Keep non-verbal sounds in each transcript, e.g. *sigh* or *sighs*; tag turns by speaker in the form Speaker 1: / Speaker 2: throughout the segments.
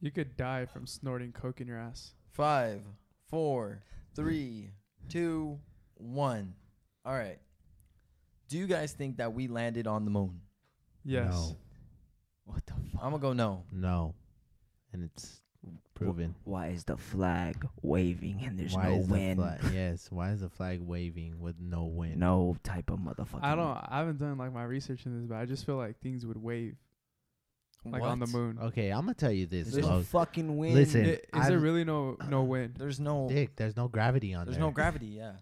Speaker 1: You could die from snorting coke in your ass.
Speaker 2: Five, four, three, two, one. All right. Do you guys think that we landed on the moon?
Speaker 1: Yes.
Speaker 3: No.
Speaker 4: What the
Speaker 2: I'm gonna go no.
Speaker 3: No. And it's proven.
Speaker 4: Why is the flag waving and there's
Speaker 3: Why
Speaker 4: no
Speaker 3: is the
Speaker 4: wind?
Speaker 2: *laughs*
Speaker 3: flag- yes. Why is the flag waving with no wind?
Speaker 4: No type of motherfucker.
Speaker 1: I don't. I haven't done like my research in this, but I just feel like things would wave like on the
Speaker 2: What?
Speaker 1: moon.
Speaker 3: Okay, I'm gonna tell you this.
Speaker 4: There's no
Speaker 3: Log.
Speaker 4: fucking wind.
Speaker 3: Listen,
Speaker 1: I- Is there
Speaker 3: I've-
Speaker 1: really no
Speaker 4: *clears throat*
Speaker 1: no wind?
Speaker 2: There's no.
Speaker 3: Dick, there's no gravity on
Speaker 2: There's
Speaker 3: there.
Speaker 2: no gravity. Yeah.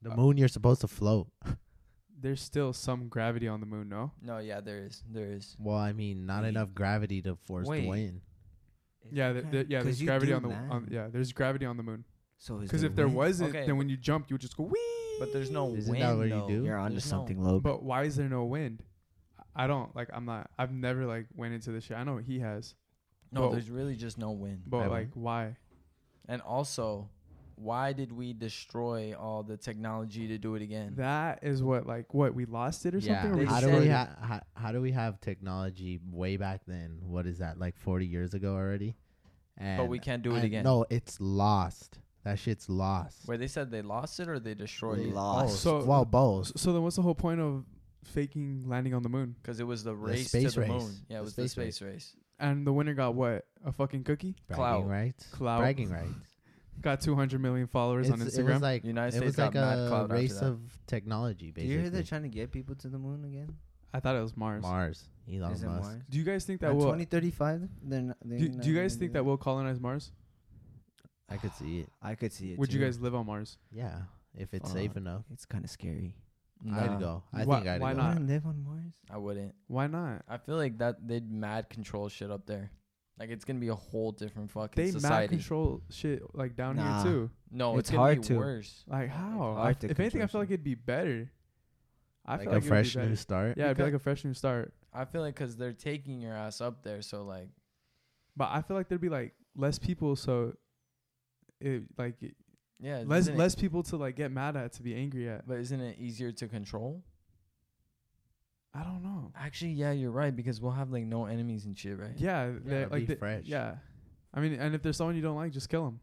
Speaker 3: the moon, you're supposed to float.
Speaker 1: There's still some gravity on the moon. No.
Speaker 2: No. Yeah. There is. There is.
Speaker 3: Well, I mean, not
Speaker 4: Wait.
Speaker 3: enough gravity to force
Speaker 4: Wait.
Speaker 3: the wind.
Speaker 1: Yeah. Th- th- yeah.
Speaker 4: 'Cause
Speaker 1: There's
Speaker 4: you
Speaker 1: gravity
Speaker 4: do
Speaker 1: on the on,
Speaker 4: land.
Speaker 1: yeah. There's gravity on the moon.
Speaker 4: So is
Speaker 1: Because
Speaker 4: there
Speaker 1: if there
Speaker 4: wind?
Speaker 1: wasn't,
Speaker 2: Okay,
Speaker 1: then when you jumped, you would just go wee.
Speaker 2: But there's no
Speaker 3: Isn't
Speaker 2: wind.
Speaker 3: that what you
Speaker 2: though.
Speaker 3: do?
Speaker 4: you're onto
Speaker 2: There's no-
Speaker 4: something, low.
Speaker 1: But why is there no wind? I- I don't like. I'm not. I've never like went into this shit. I know he has,
Speaker 2: No,
Speaker 1: Well-
Speaker 2: there's really just no wind.
Speaker 1: but
Speaker 3: I
Speaker 1: like, why?
Speaker 2: And also, why did we destroy all the technology to do it again?
Speaker 1: That is what like what we lost it or something. Or
Speaker 2: They
Speaker 1: we
Speaker 3: How
Speaker 1: just
Speaker 3: do
Speaker 2: said
Speaker 3: we
Speaker 1: started-
Speaker 3: ha- how, how do we have technology way back then? What is that? Like 40 years ago already? And
Speaker 2: but we can't do it
Speaker 3: and
Speaker 2: again.
Speaker 3: No, it's lost. That shit's lost.
Speaker 2: Wait, they said they lost it or they destroyed it?
Speaker 3: Oh,
Speaker 4: Lost.
Speaker 1: So-
Speaker 3: well, both.
Speaker 1: S- So then, what's the whole point of faking landing on the moon?
Speaker 2: Because it was the race
Speaker 3: space
Speaker 2: to the
Speaker 3: race.
Speaker 2: moon. Yeah, it
Speaker 3: The
Speaker 2: was the
Speaker 3: space race.
Speaker 2: space race.
Speaker 1: And the winner got what? A fucking cookie?
Speaker 3: Bragging
Speaker 2: Clout.
Speaker 3: rights.
Speaker 1: Clout.
Speaker 3: Bragging rights.
Speaker 1: Got 200 million followers on
Speaker 3: It's- It was
Speaker 1: Instagram.
Speaker 3: like,
Speaker 2: United
Speaker 3: it
Speaker 2: States
Speaker 3: was like
Speaker 2: got mad
Speaker 3: a
Speaker 2: clout after
Speaker 3: race
Speaker 2: that.
Speaker 3: of technology,
Speaker 4: Do
Speaker 3: basically.
Speaker 4: you hear they're trying to get people to the moon again?
Speaker 1: I thought it was Mars.
Speaker 3: Mars. Elon
Speaker 4: Is it
Speaker 3: Musk.
Speaker 4: Mars?
Speaker 1: Do you guys think
Speaker 4: By
Speaker 1: that will?
Speaker 4: 2035, they're not. They're
Speaker 1: Do,
Speaker 4: not
Speaker 1: do you guys
Speaker 4: gonna
Speaker 1: think
Speaker 4: do
Speaker 1: that will colonize Mars?
Speaker 3: I could see it.
Speaker 4: I could see it.
Speaker 1: Would you
Speaker 4: too.
Speaker 1: guys live on Mars?
Speaker 3: Yeah, if it's safe
Speaker 4: Fuck.
Speaker 3: enough,
Speaker 4: It's kind of scary.
Speaker 2: Nah,
Speaker 3: I'd go. I
Speaker 1: Why-
Speaker 3: think I'd
Speaker 1: why
Speaker 3: go.
Speaker 4: You
Speaker 1: not?
Speaker 4: wanna live on Mars?
Speaker 2: I wouldn't.
Speaker 1: Why not?
Speaker 2: I feel like that they'd mad control shit up there. Like it's gonna be a whole different fucking
Speaker 1: They mad
Speaker 2: society.
Speaker 1: control shit like down
Speaker 4: Nah.
Speaker 1: here too.
Speaker 2: no, it's,
Speaker 4: It's
Speaker 2: gonna
Speaker 4: hard
Speaker 2: be
Speaker 4: to.
Speaker 2: worse.
Speaker 1: Like how? I
Speaker 4: hard
Speaker 1: f-
Speaker 4: to
Speaker 1: if anything, I feel
Speaker 4: control
Speaker 1: like
Speaker 4: shit.
Speaker 1: it'd be better. I
Speaker 3: Like
Speaker 1: feel
Speaker 3: a
Speaker 1: like
Speaker 3: fresh
Speaker 1: it would be
Speaker 3: new
Speaker 1: better.
Speaker 3: start.
Speaker 1: Yeah, it'd be
Speaker 2: Because-
Speaker 1: like a fresh new start.
Speaker 2: I feel like because they're taking your ass up there, so like
Speaker 1: But I feel like there'd be like less people, so it like it-
Speaker 2: yeah,
Speaker 1: less
Speaker 2: isn't it-
Speaker 1: less people to like get mad at to be angry at.
Speaker 2: But isn't it easier to control?
Speaker 1: I don't know.
Speaker 2: Actually, yeah, you're right because we'll have like no enemies and shit, right?
Speaker 1: Yeah, they,
Speaker 3: it'd
Speaker 1: like
Speaker 3: be
Speaker 1: they-
Speaker 3: fresh.
Speaker 1: Yeah, I mean, and if there's someone you don't like, just kill them.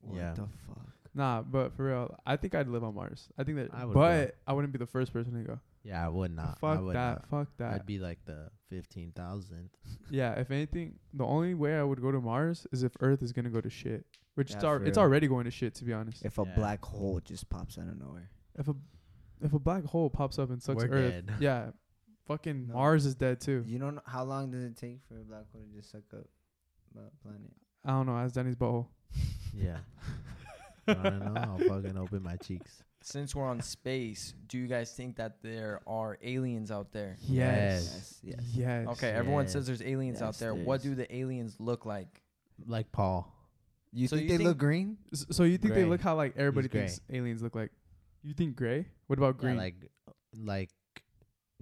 Speaker 4: What
Speaker 3: Yeah.
Speaker 4: the fuck?
Speaker 1: Nah, but for real, I think I'd live on Mars. I think that,
Speaker 3: I would
Speaker 1: but I wouldn't be the first person to go.
Speaker 3: yeah, I would not.
Speaker 1: fuck
Speaker 3: I would
Speaker 1: that.
Speaker 3: Not.
Speaker 1: Fuck that.
Speaker 3: I'd be *laughs* like the fifteen thousandth.
Speaker 1: yeah, if anything, the only way I would go to Mars is if Earth is gonna go to shit, which it's,
Speaker 4: Yeah,
Speaker 1: al-
Speaker 4: for
Speaker 1: it's
Speaker 4: real.
Speaker 1: already going to shit to be honest. If,
Speaker 4: If a
Speaker 3: Yeah.
Speaker 4: black hole just pops out of nowhere.
Speaker 1: a if a black hole pops up and sucks
Speaker 3: We're
Speaker 1: Earth,
Speaker 3: *laughs* dead.
Speaker 1: yeah, fucking
Speaker 4: No.
Speaker 1: Mars is dead too.
Speaker 4: You don't know how long does it take for a black hole to just suck up the planet?
Speaker 1: I don't know. That's Danny's butthole.
Speaker 3: Yeah. I don't *laughs* know. I'll fucking open my cheeks.
Speaker 2: Since
Speaker 1: *laughs*
Speaker 2: we're on space, do you guys think that there are aliens out there?
Speaker 1: Yes.
Speaker 4: Yes, yes.
Speaker 1: Yes.
Speaker 2: Okay, everyone
Speaker 3: Yes.
Speaker 2: says there's aliens out
Speaker 4: Yes,
Speaker 2: there.
Speaker 4: there
Speaker 2: What
Speaker 4: is.
Speaker 2: do the aliens look like?
Speaker 3: Like Paul.
Speaker 4: You
Speaker 2: So
Speaker 4: think
Speaker 2: you
Speaker 4: they look green?
Speaker 1: S- So you think they
Speaker 3: Gray.
Speaker 1: look how like everybody
Speaker 3: gray.
Speaker 1: thinks aliens look like? You think gray? What about
Speaker 3: Yeah,
Speaker 1: green?
Speaker 3: like like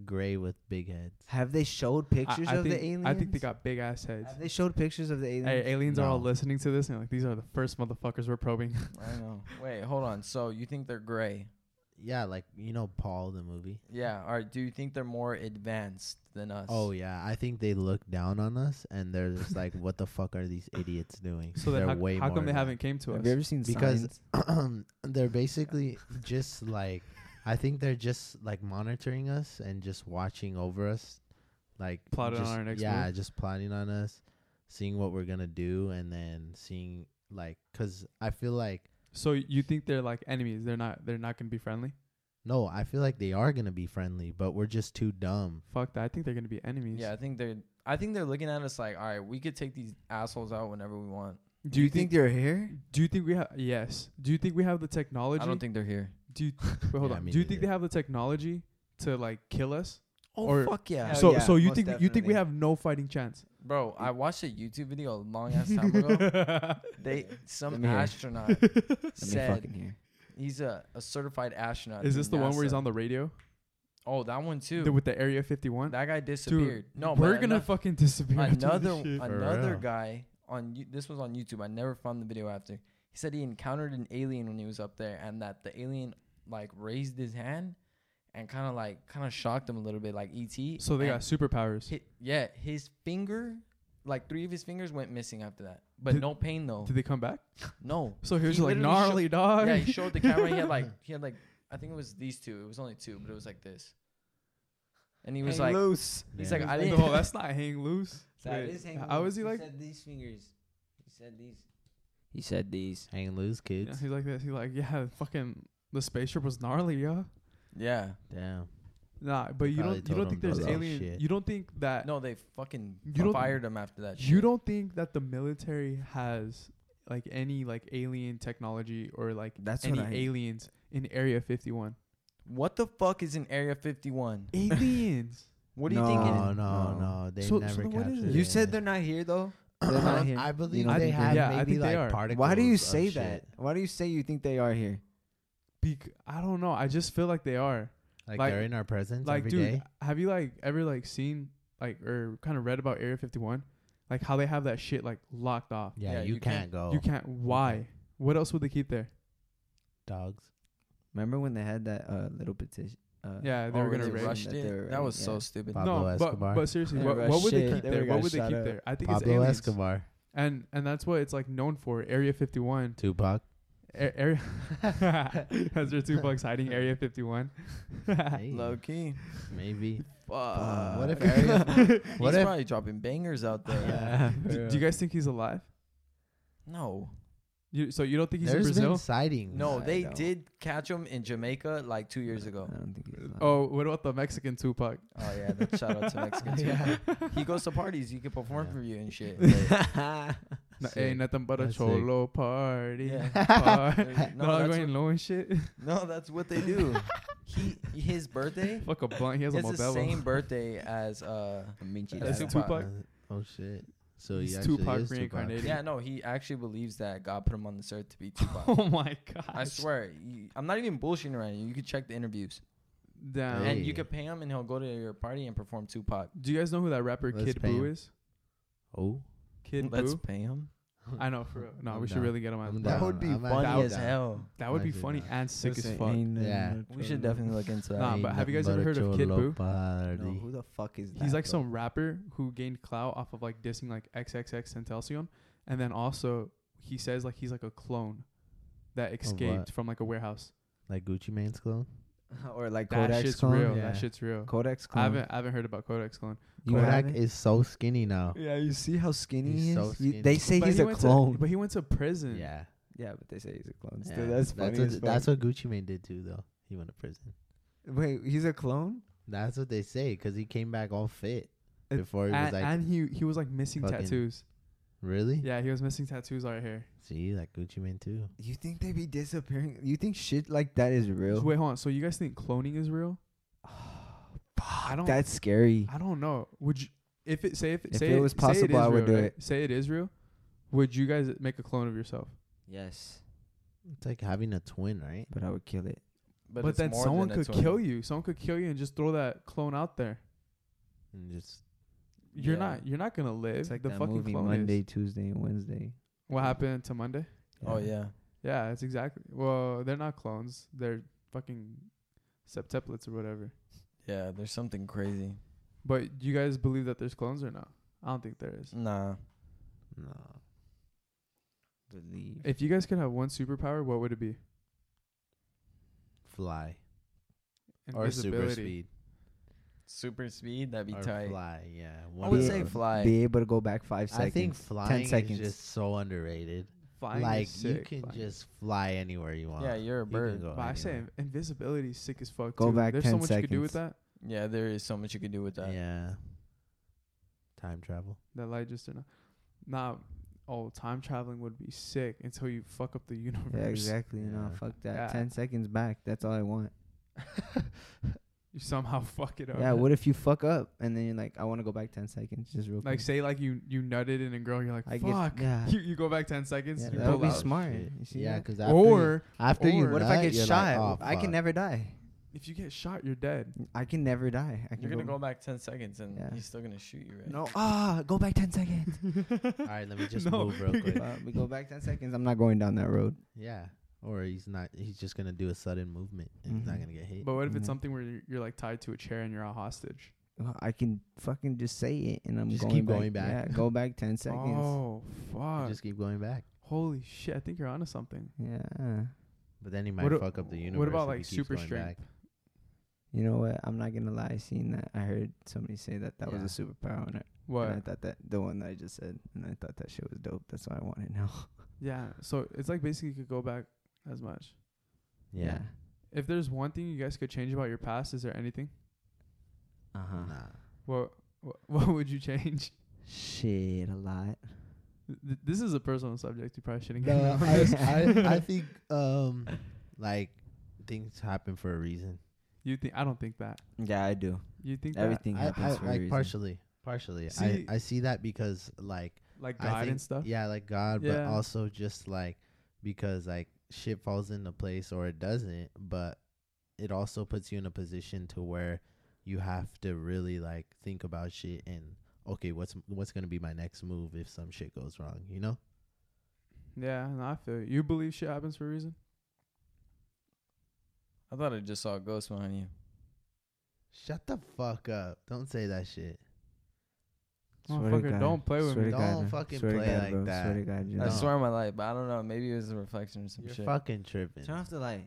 Speaker 3: gray with big heads.
Speaker 4: Have they showed
Speaker 1: I-
Speaker 4: pictures
Speaker 1: I,
Speaker 4: of
Speaker 1: think,
Speaker 4: the aliens?
Speaker 1: I think they got big ass heads.
Speaker 4: Have they showed pictures of the aliens?
Speaker 1: Hey, aliens are all
Speaker 3: No.
Speaker 1: listening to this and like these are the first motherfuckers we're probing. *laughs*
Speaker 2: I don't know. Wait, hold on. So you think they're gray?
Speaker 3: Yeah, like you know Paul the movie.
Speaker 2: Yeah. All right. Do you think they're more advanced than us?
Speaker 3: Oh yeah, I think they look down on us and they're just like, "What the fuck are these idiots doing?"
Speaker 1: So then
Speaker 3: they're
Speaker 1: how, how
Speaker 3: more
Speaker 1: come they
Speaker 3: advanced.
Speaker 1: haven't came to
Speaker 4: Have
Speaker 1: us?
Speaker 4: you ever seen
Speaker 3: Because- *clears throat*
Speaker 4: signs?
Speaker 3: they're basically just like I think they're just like monitoring us and just watching over us, like
Speaker 1: Plotting on
Speaker 3: just-
Speaker 1: our next
Speaker 3: yeah,
Speaker 1: move.
Speaker 3: just plotting on us, seeing what we're gonna do, and then seeing like because I feel like
Speaker 1: So you think they're like enemies? They're not. They're not gonna be friendly.
Speaker 3: no, I feel like they are gonna be friendly, but we're just too dumb.
Speaker 1: Fuck that. I think they're gonna be enemies.
Speaker 2: Yeah. I think they're. I think they're looking at us like, all right, we could take these assholes out whenever we want.
Speaker 1: Do you think?
Speaker 4: they're here?
Speaker 1: Do you think we have? Yes. Do you think we have the technology?
Speaker 2: I don't think they're here.
Speaker 1: Do you, wait, hold
Speaker 3: Yeah,
Speaker 1: on.
Speaker 3: me
Speaker 1: Do you think
Speaker 3: neither.
Speaker 1: they have the technology to like kill us?
Speaker 2: Oh
Speaker 1: Or-
Speaker 2: fuck yeah,
Speaker 4: Hell
Speaker 1: so
Speaker 4: yeah,
Speaker 1: so you
Speaker 4: most
Speaker 1: think you think we
Speaker 4: definitely.
Speaker 1: have no fighting chance?
Speaker 2: bro! I watched a YouTube video a long ass
Speaker 1: *laughs*
Speaker 2: time ago. They
Speaker 4: Let
Speaker 2: some
Speaker 4: me hear.
Speaker 2: astronaut
Speaker 4: Let me
Speaker 2: said
Speaker 4: fucking hear.
Speaker 2: he's a, a certified astronaut.
Speaker 1: Is
Speaker 2: through
Speaker 1: this the one where he's
Speaker 2: NASA.
Speaker 1: on the radio
Speaker 2: Oh, that one too.
Speaker 1: The- with the Area 51?
Speaker 2: that guy disappeared. no, but
Speaker 1: we're gonna
Speaker 2: ano-
Speaker 1: fucking disappear. after this
Speaker 2: another
Speaker 1: shit.
Speaker 3: For
Speaker 2: another
Speaker 3: real.
Speaker 2: guy on you- this was on YouTube. I never found the video after. He said he encountered an alien when he was up there, and that the alien like raised his hand and kind of like kind of shocked him a little bit, like ET.
Speaker 1: So they
Speaker 2: E and
Speaker 1: got superpowers.
Speaker 2: hi- yeah, his finger like three of his fingers went missing after that, but
Speaker 1: Did-
Speaker 2: no pain though.
Speaker 1: Did they come back? *laughs*
Speaker 2: no.
Speaker 1: So he was
Speaker 2: He
Speaker 1: like
Speaker 2: literally
Speaker 1: gnarly
Speaker 2: sho-
Speaker 1: dog.
Speaker 2: *laughs* Yeah, he showed the camera. He
Speaker 1: *laughs*
Speaker 2: had like he had like I think it was these two. It was only two, but it was like this. And he was
Speaker 4: Hang
Speaker 2: like, *laughs*
Speaker 4: loose.
Speaker 2: he's
Speaker 3: Yeah.
Speaker 2: like, I
Speaker 1: *laughs*
Speaker 2: didn't.
Speaker 1: no, Oh, that's not hang loose.
Speaker 4: That
Speaker 1: Wait,
Speaker 4: is hang
Speaker 1: How
Speaker 4: loose.
Speaker 1: is he like?
Speaker 4: said these fingers. He said these. He said these.
Speaker 3: Hang loose,
Speaker 1: Yeah,
Speaker 3: kids.
Speaker 1: he's like this. He's like, yeah, fucking the spaceship was gnarly, yeah.
Speaker 2: *laughs* yeah.
Speaker 3: Damn.
Speaker 1: Nah, but you
Speaker 3: probably
Speaker 1: don't you
Speaker 3: told
Speaker 1: don't
Speaker 3: him
Speaker 1: think there's
Speaker 3: about that
Speaker 1: alien.
Speaker 3: shit.
Speaker 1: You don't think that
Speaker 2: No, they fucking
Speaker 1: You don't-
Speaker 2: fired him after that.
Speaker 1: you
Speaker 2: shit.
Speaker 1: don't think that the military has like any like alien technology or like
Speaker 4: That's
Speaker 1: any
Speaker 4: what I.
Speaker 1: aliens in Area
Speaker 3: *laughs*
Speaker 1: 51.
Speaker 2: What the fuck is in Area 51?
Speaker 1: aliens.
Speaker 2: What do you
Speaker 4: No.
Speaker 2: think?
Speaker 3: No,
Speaker 2: It,
Speaker 3: no,
Speaker 4: No.
Speaker 3: no. They
Speaker 1: So- so
Speaker 3: never
Speaker 1: then what is
Speaker 3: captured
Speaker 1: it?
Speaker 4: You
Speaker 3: it.
Speaker 4: said they're not here though. They're not here.
Speaker 3: I believe
Speaker 4: You don't
Speaker 3: they
Speaker 4: think
Speaker 3: have
Speaker 1: they're here? Yeah, I
Speaker 3: maybe
Speaker 1: think they
Speaker 3: like
Speaker 1: are.
Speaker 3: particles.
Speaker 4: Why do you
Speaker 3: of
Speaker 4: say
Speaker 3: shit.
Speaker 4: that? Why do you say you think they are here?
Speaker 1: Bec- I don't know. I just feel like they are.
Speaker 3: Like,
Speaker 1: Like-
Speaker 3: they're in our presence
Speaker 1: Like,
Speaker 3: every
Speaker 1: dude,
Speaker 3: day.
Speaker 1: have you like ever like seen like or kind of read about Area 51? Like how they have that shit like locked off.
Speaker 3: Yeah,
Speaker 2: Yeah,
Speaker 3: you,
Speaker 2: you
Speaker 3: can't,
Speaker 2: can't-
Speaker 3: go.
Speaker 1: You can't. Why? What else would they keep there?
Speaker 3: Dogs.
Speaker 4: Remember when they had that uh, little petition? Uh,
Speaker 1: Yeah, they
Speaker 2: oh,
Speaker 1: were
Speaker 2: when
Speaker 1: gonna
Speaker 2: they
Speaker 1: raid.
Speaker 2: rushed
Speaker 4: That they were
Speaker 2: it. That
Speaker 4: raiding,
Speaker 2: was so
Speaker 4: yeah.
Speaker 2: stupid.
Speaker 3: Fuck. Pablo
Speaker 1: no,
Speaker 3: Escobar.
Speaker 1: but but seriously,
Speaker 4: They
Speaker 1: what,
Speaker 4: were
Speaker 1: what would they
Speaker 4: shit.
Speaker 1: keep
Speaker 4: They
Speaker 1: there?
Speaker 4: were
Speaker 1: What
Speaker 4: gonna
Speaker 1: would they
Speaker 4: shut
Speaker 1: keep
Speaker 4: up.
Speaker 1: there? I think it's
Speaker 3: Pablo
Speaker 1: aliens.
Speaker 3: Escobar.
Speaker 1: And and that's what it's like known for. Area 51.
Speaker 3: Tupac.
Speaker 1: A- *laughs* area Has there
Speaker 3: *laughs*
Speaker 1: two bucks hiding Area 51?
Speaker 3: Hey,
Speaker 2: Low key.
Speaker 3: maybe.
Speaker 2: Fuck. *laughs*
Speaker 3: what if-
Speaker 2: Area,
Speaker 3: What
Speaker 2: he's
Speaker 3: if-
Speaker 2: probably dropping bangers out there?
Speaker 3: Yeah.
Speaker 1: *laughs* do, do you guys think he's alive?
Speaker 2: *laughs* No,
Speaker 1: You, so you don't think he's
Speaker 3: There's
Speaker 1: in
Speaker 3: been
Speaker 1: Brazil?
Speaker 3: sightings.
Speaker 2: no,
Speaker 4: I
Speaker 2: they
Speaker 4: don't.
Speaker 2: did catch him in Jamaica like two years ago.
Speaker 4: I don't think it's not.
Speaker 1: Oh, what about the Mexican Tupac?
Speaker 2: Oh yeah, that shout out
Speaker 1: *laughs*
Speaker 2: to Mexicans.
Speaker 3: Yeah.
Speaker 2: He goes to parties. He can perform
Speaker 3: Yeah.
Speaker 2: for you and shit. *laughs*
Speaker 1: No,
Speaker 3: Sick.
Speaker 1: ain't nothing but a
Speaker 3: That's sick.
Speaker 1: cholo party. *laughs*
Speaker 2: Yeah.
Speaker 1: Par-
Speaker 2: *laughs* There's-
Speaker 1: no,
Speaker 2: no, that's
Speaker 1: going
Speaker 2: what,
Speaker 1: low and shit.
Speaker 2: no, that's what
Speaker 1: *laughs*
Speaker 2: they do. he his birthday.
Speaker 1: Fuck a blunt. He has a
Speaker 2: It's the
Speaker 1: Modelo. *laughs*
Speaker 2: same birthday as uh.
Speaker 4: Minchi
Speaker 2: That's
Speaker 4: dad.
Speaker 2: Tupac.
Speaker 3: Oh shit. So
Speaker 1: He's
Speaker 3: he actually
Speaker 1: Tupac
Speaker 3: is Tupac.
Speaker 1: reincarnated.
Speaker 2: Yeah, no, he actually believes that God put him on this earth to be Tupac.
Speaker 1: oh my god!
Speaker 2: I swear, you, I'm not even bullshitting around you. You could check the interviews,
Speaker 1: Damn.
Speaker 3: Hey.
Speaker 2: and you could pay him, and he'll go to your party and perform Tupac.
Speaker 1: Do you guys know who that rapper
Speaker 3: Let's
Speaker 1: Kid
Speaker 3: pay
Speaker 1: Boo
Speaker 3: him.
Speaker 1: is?
Speaker 3: Oh,
Speaker 1: Kid
Speaker 2: Let's
Speaker 1: Boo.
Speaker 2: pay him.
Speaker 1: I know for real. No,
Speaker 3: I'm
Speaker 1: we should
Speaker 3: down.
Speaker 1: really get him on.
Speaker 3: I'm
Speaker 1: That
Speaker 3: down.
Speaker 1: would,
Speaker 3: be I'm
Speaker 2: funny
Speaker 1: down.
Speaker 2: as hell.
Speaker 1: that would be
Speaker 3: Imagine
Speaker 1: funny
Speaker 3: that.
Speaker 1: and sick as
Speaker 4: Say,
Speaker 1: fuck.
Speaker 4: ain't nothing
Speaker 3: Yeah.
Speaker 4: but
Speaker 2: We should
Speaker 4: trouble.
Speaker 2: definitely
Speaker 4: *laughs*
Speaker 2: look into that.
Speaker 1: Nah,
Speaker 3: Ain't
Speaker 1: but have you guys
Speaker 3: nothing
Speaker 1: ever
Speaker 3: but
Speaker 1: heard
Speaker 3: a
Speaker 1: of Kid
Speaker 3: cholo
Speaker 1: Boo?
Speaker 3: party.
Speaker 4: No, who the fuck is that?
Speaker 1: He's like
Speaker 4: bro?
Speaker 1: some rapper who gained clout off of like dissing like XXX Tentacion, and then also he says like he's like a clone that escaped from like a warehouse.
Speaker 3: Like Gucci Mane's clone.
Speaker 4: *laughs* or like
Speaker 1: That
Speaker 4: Kodak's
Speaker 1: shit's
Speaker 4: clone.
Speaker 1: real.
Speaker 3: Yeah.
Speaker 1: That shit's real.
Speaker 4: Kodak's
Speaker 1: I
Speaker 4: clone.
Speaker 1: haven't I haven't heard about Codex clone.
Speaker 4: You
Speaker 3: Kodak
Speaker 4: haven't?
Speaker 3: is so skinny now.
Speaker 4: Yeah, you see how skinny
Speaker 3: He's
Speaker 4: he is.
Speaker 3: so
Speaker 4: You-
Speaker 3: skinny.
Speaker 4: they say
Speaker 1: But
Speaker 4: he's
Speaker 1: he
Speaker 4: a
Speaker 1: went to-
Speaker 4: clone.
Speaker 1: but he went to prison.
Speaker 3: Yeah.
Speaker 4: yeah, but they say he's a clone.
Speaker 3: yeah.
Speaker 4: Still, that's funny.
Speaker 3: what,
Speaker 4: as
Speaker 3: th-
Speaker 4: fuck.
Speaker 3: that's what Gucci Mane did too, though. He went to prison.
Speaker 4: Wait, he's a clone?
Speaker 3: That's what they say, 'cause he came back all fit
Speaker 1: It-
Speaker 3: before he was
Speaker 1: And,
Speaker 3: like,
Speaker 1: and he he was like missing
Speaker 3: fucking-
Speaker 4: *laughs*
Speaker 1: tattoos.
Speaker 3: really?
Speaker 1: Yeah, he was missing tattoos right here.
Speaker 3: See, like Gucci Mane too.
Speaker 4: You think they be disappearing? You think shit like that is real?
Speaker 1: So wait, hold on. So you guys think cloning is real? I don't.
Speaker 4: *sighs* that's scary.
Speaker 1: I don't know. Would you if it say if it,
Speaker 4: If
Speaker 1: say
Speaker 4: it was
Speaker 1: say
Speaker 4: possible,
Speaker 1: is
Speaker 4: I would
Speaker 1: real,
Speaker 4: do
Speaker 1: right? Say it is real. Would you guys make a clone of yourself?
Speaker 4: Yes,
Speaker 3: It's like having a twin, right?
Speaker 4: but I would kill it.
Speaker 1: But,
Speaker 2: it's
Speaker 1: then
Speaker 2: more
Speaker 1: someone
Speaker 2: than a
Speaker 1: could
Speaker 2: twin.
Speaker 1: kill you. Someone could kill you and just throw that clone out there.
Speaker 3: And just
Speaker 1: You're
Speaker 2: Yeah.
Speaker 1: not. You're not gonna live.
Speaker 4: It's like
Speaker 1: the
Speaker 4: that
Speaker 1: fucking
Speaker 4: movie
Speaker 1: clone
Speaker 4: Monday,
Speaker 1: Is.
Speaker 4: Tuesday, and Wednesday.
Speaker 1: What happened to Monday?
Speaker 2: Oh yeah.
Speaker 1: Yeah, it's exactly. Well, they're not clones. They're fucking septuplets or whatever.
Speaker 2: Yeah, there's something crazy.
Speaker 1: But do you guys believe that there's clones or no? I don't think there is.
Speaker 2: Nah.
Speaker 3: no.
Speaker 4: Believe.
Speaker 1: If you guys could have one superpower, what would it be?
Speaker 3: Fly or super speed
Speaker 2: Super speed, that'd be
Speaker 3: or
Speaker 2: tight.
Speaker 3: fly. Yeah,
Speaker 2: I
Speaker 3: one
Speaker 2: would
Speaker 3: of
Speaker 2: say
Speaker 3: those.
Speaker 2: fly.
Speaker 4: Be able to go back five
Speaker 3: I
Speaker 4: seconds.
Speaker 3: think flying
Speaker 4: seconds.
Speaker 3: is just so underrated.
Speaker 1: Flying
Speaker 3: like
Speaker 1: is
Speaker 3: you
Speaker 1: sick.
Speaker 3: can
Speaker 1: Flying-
Speaker 3: just fly anywhere you want.
Speaker 2: Yeah, you're a
Speaker 3: You can
Speaker 2: bird.
Speaker 3: go
Speaker 1: But I say
Speaker 3: anywhere.
Speaker 1: invisibility is sick as fuck.
Speaker 4: Go
Speaker 1: too.
Speaker 4: back
Speaker 1: There's
Speaker 4: 10
Speaker 1: so much you could do with that.
Speaker 2: Yeah, there is so much you could do with that.
Speaker 3: Yeah. Time travel.
Speaker 1: That light just didn't. Nah, oh, time traveling would be sick until you fuck up the *laughs* universe.
Speaker 4: Yeah, exactly. No,
Speaker 3: Yeah.
Speaker 4: fuck that.
Speaker 1: Yeah.
Speaker 4: Ten seconds back. That's all I want.
Speaker 1: *laughs* You somehow fuck it up.
Speaker 4: Yeah. What if you fuck up and then you're like, I want to go back ten seconds, just real
Speaker 1: Like
Speaker 4: quick.
Speaker 1: say like you you nutted in a girl, you're like
Speaker 4: I guess-
Speaker 1: fuck.
Speaker 4: yeah.
Speaker 1: *laughs* You you go back ten seconds.
Speaker 4: Yeah,
Speaker 1: you
Speaker 4: that
Speaker 1: pull
Speaker 4: would be
Speaker 1: out.
Speaker 4: smart.
Speaker 3: Shit.
Speaker 4: You see
Speaker 3: yeah,
Speaker 4: that?
Speaker 3: because after
Speaker 1: Or
Speaker 3: you, after you
Speaker 1: or-
Speaker 4: what if
Speaker 3: nut,
Speaker 4: I get
Speaker 3: you're
Speaker 4: shot?
Speaker 3: Like, oh,
Speaker 4: I
Speaker 3: fuck."
Speaker 4: can never die.
Speaker 1: if you get shot, you're dead.
Speaker 4: I can never die. I can
Speaker 2: You're gonna go back ten seconds and
Speaker 4: Yeah.
Speaker 2: he's still gonna shoot you, right?
Speaker 4: No. Ah, go back ten seconds.
Speaker 3: All right, *laughs* let me just
Speaker 1: No,
Speaker 3: move
Speaker 4: *laughs*
Speaker 3: real quick.
Speaker 4: Uh, we go back ten seconds. I'm not going down that road.
Speaker 3: Yeah. Or he's not. He's just gonna do a sudden movement and he's not
Speaker 4: Mhm.
Speaker 3: gonna get hit.
Speaker 1: But what if it's
Speaker 4: Yeah.
Speaker 1: something where you're, you're like tied to a chair and you're a hostage?
Speaker 4: I can fucking just say it, and I'm
Speaker 3: Just
Speaker 4: going
Speaker 3: keep
Speaker 4: back.
Speaker 3: going back.
Speaker 4: Yeah, go back ten seconds.
Speaker 1: Oh fuck!
Speaker 3: Just keep going back.
Speaker 1: Holy shit! I think you're onto something.
Speaker 4: Yeah.
Speaker 3: But then he might
Speaker 1: What a-
Speaker 3: fuck up the
Speaker 1: what
Speaker 3: universe.
Speaker 1: about,
Speaker 3: if he
Speaker 1: like,
Speaker 3: keeps
Speaker 1: super
Speaker 3: going
Speaker 1: strength?
Speaker 3: back.
Speaker 4: You know what? I'm not gonna lie. Seeing that, I heard somebody say that that
Speaker 3: Yeah.
Speaker 4: was a superpower, and I,
Speaker 1: What?
Speaker 4: and I thought that the one that I just said, and I thought that shit was dope. That's why I want to know. *laughs*
Speaker 1: yeah. So it's like basically you could go back as much.
Speaker 3: Yeah.
Speaker 1: If there's one thing you guys could change about your past, is there anything?
Speaker 4: Uh huh.
Speaker 3: Nah.
Speaker 1: What what, *laughs* what would you change?
Speaker 4: Shit, a lot.
Speaker 1: Th- This is a personal subject. You probably shouldn't get
Speaker 3: *laughs* No, *laughs*
Speaker 1: into
Speaker 3: I,
Speaker 1: this.
Speaker 3: I, I think um, like things happen for a reason.
Speaker 1: You think I don't think that.
Speaker 2: Yeah, I do.
Speaker 1: You think
Speaker 2: Everything
Speaker 3: I, I
Speaker 2: happens for a
Speaker 3: like
Speaker 2: reason.
Speaker 3: partially, partially.
Speaker 1: See-
Speaker 3: I I see that because like
Speaker 1: that like
Speaker 3: I
Speaker 1: God
Speaker 3: think-
Speaker 1: and stuff.
Speaker 3: Yeah, like God, but
Speaker 1: Yeah.
Speaker 3: also just like because like shit falls into place or it doesn't, but it also puts you in a position to where you have to really like think about shit and okay, what's what's gonna be my next move if some shit goes wrong, you know?
Speaker 1: Yeah, no, I feel you. You believe shit happens for a reason.
Speaker 2: I thought I just saw a ghost behind you.
Speaker 3: Shut the fuck up! Don't say that shit.
Speaker 4: Swear to
Speaker 1: Motherfucker,
Speaker 4: God.
Speaker 1: don't play with
Speaker 4: Swear
Speaker 1: me.
Speaker 4: to God,
Speaker 3: Don't
Speaker 4: no.
Speaker 3: fucking
Speaker 4: Swear to
Speaker 3: play
Speaker 4: God,
Speaker 3: like
Speaker 4: bro.
Speaker 3: that.
Speaker 4: Swear to God,
Speaker 2: I
Speaker 3: No.
Speaker 2: swear on my life, but I don't know. Maybe it was a reflection or some
Speaker 3: You're
Speaker 2: shit.
Speaker 3: fucking tripping.
Speaker 2: Turn off the light.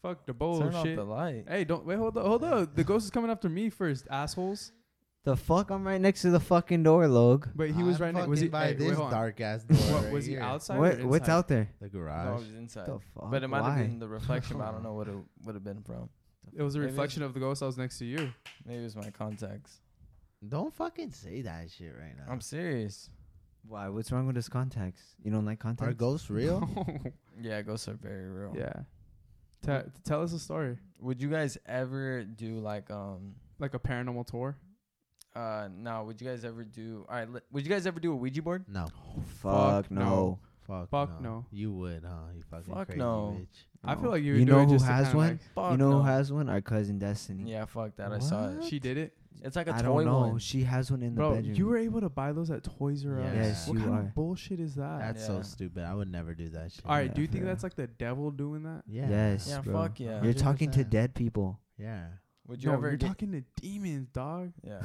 Speaker 1: Fuck the
Speaker 2: Turn off
Speaker 1: bullshit.
Speaker 2: the light.
Speaker 1: Hey, don't wait. Hold up, hold up. The ghost is coming after me first, assholes.
Speaker 4: The fuck? I'm right next to the fucking door, Log.
Speaker 1: But he was
Speaker 3: I'm
Speaker 1: right next. Was he
Speaker 3: fucking by
Speaker 1: hey, wait,
Speaker 3: this
Speaker 1: hold on.
Speaker 3: dark ass door?
Speaker 1: *laughs* What,
Speaker 3: right
Speaker 1: was he
Speaker 3: here.
Speaker 1: outside? or
Speaker 4: What? What's
Speaker 1: inside?
Speaker 4: out there?
Speaker 3: The
Speaker 2: No, it
Speaker 3: garage.
Speaker 2: was inside.
Speaker 4: The fuck?
Speaker 2: But it might
Speaker 4: Why?
Speaker 2: have been the reflection. but I don't know what it would have been from.
Speaker 1: It was a
Speaker 2: Maybe it's-
Speaker 1: reflection of the ghost that was next to you.
Speaker 2: Maybe it was my contacts.
Speaker 3: Don't fucking say that shit right now.
Speaker 2: I'm serious.
Speaker 4: Why? What's wrong with his contacts? You don't like contacts?
Speaker 1: *laughs*
Speaker 3: Are ghosts real?
Speaker 2: Yeah, ghosts are very real.
Speaker 1: yeah. Te- tell us a story,
Speaker 2: Would you guys ever do like um
Speaker 1: like a paranormal tour.
Speaker 2: uh no? Would you guys ever do all right? Li- would you guys ever do a Ouija board?
Speaker 3: no.
Speaker 1: fuck
Speaker 4: fuck no.
Speaker 3: Fuck,
Speaker 1: Fuck
Speaker 3: no.
Speaker 1: no.
Speaker 3: You would, huh? You fucking
Speaker 2: Fuck
Speaker 3: crazy
Speaker 2: no.
Speaker 3: bitch.
Speaker 1: I feel like you.
Speaker 4: You
Speaker 1: Would do
Speaker 4: know
Speaker 1: it
Speaker 4: who
Speaker 1: just to
Speaker 4: has
Speaker 1: kinda
Speaker 4: one?
Speaker 1: like-
Speaker 2: Fuck
Speaker 4: You know
Speaker 2: no.
Speaker 4: who has one? Our cousin Destiny.
Speaker 2: Yeah, fuck that. I saw it.
Speaker 1: she did it,
Speaker 2: It's like a
Speaker 4: I
Speaker 2: toy
Speaker 4: don't know.
Speaker 2: one.
Speaker 4: She has one in
Speaker 1: bro.
Speaker 4: the bedroom.
Speaker 1: You were able to buy those at Toys R Us.
Speaker 3: Yeah. Yes,
Speaker 1: what
Speaker 4: you
Speaker 1: kind
Speaker 4: are.
Speaker 1: of bullshit is that?
Speaker 3: That's
Speaker 2: Yeah.
Speaker 3: so stupid. I would never do that shit.
Speaker 1: Uh, All right.
Speaker 4: Yeah,
Speaker 1: do you think
Speaker 4: fair.
Speaker 1: that's like the devil doing that?
Speaker 3: Yeah.
Speaker 4: Yes,
Speaker 2: Yeah,
Speaker 4: bro.
Speaker 2: fuck yeah.
Speaker 4: You're talking to
Speaker 3: 100%.
Speaker 4: dead people.
Speaker 3: Yeah.
Speaker 2: Would you
Speaker 1: No,
Speaker 2: ever
Speaker 1: you're
Speaker 2: get-
Speaker 1: talking to demons,
Speaker 2: *laughs*
Speaker 1: dog. *laughs*
Speaker 2: Yeah.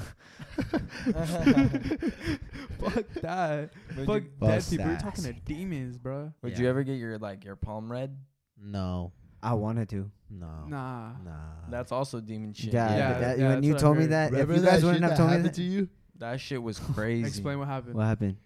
Speaker 1: Fuck that.
Speaker 2: Would
Speaker 1: Fuck
Speaker 2: you-
Speaker 1: dead
Speaker 3: Bust
Speaker 1: people. You're
Speaker 3: that.
Speaker 1: talking to demons, bro.
Speaker 2: Would you
Speaker 3: Yeah.
Speaker 2: ever get your like your palm read?
Speaker 3: No.
Speaker 4: I wanted to.
Speaker 2: Oh.
Speaker 3: No.
Speaker 1: Nah.
Speaker 3: Nah.
Speaker 2: That's also demon shit.
Speaker 4: Yeah,
Speaker 1: Yeah,
Speaker 4: but that,
Speaker 1: yeah,
Speaker 4: when
Speaker 1: that's
Speaker 4: you
Speaker 1: what I
Speaker 4: told me
Speaker 1: heard.
Speaker 4: that,
Speaker 3: Remember
Speaker 4: if you guys
Speaker 3: that
Speaker 4: wouldn't
Speaker 3: shit
Speaker 4: have
Speaker 3: that
Speaker 4: told me
Speaker 3: happened
Speaker 4: that,
Speaker 3: to you?
Speaker 2: That shit was crazy.
Speaker 1: Explain what happened.
Speaker 4: what happened?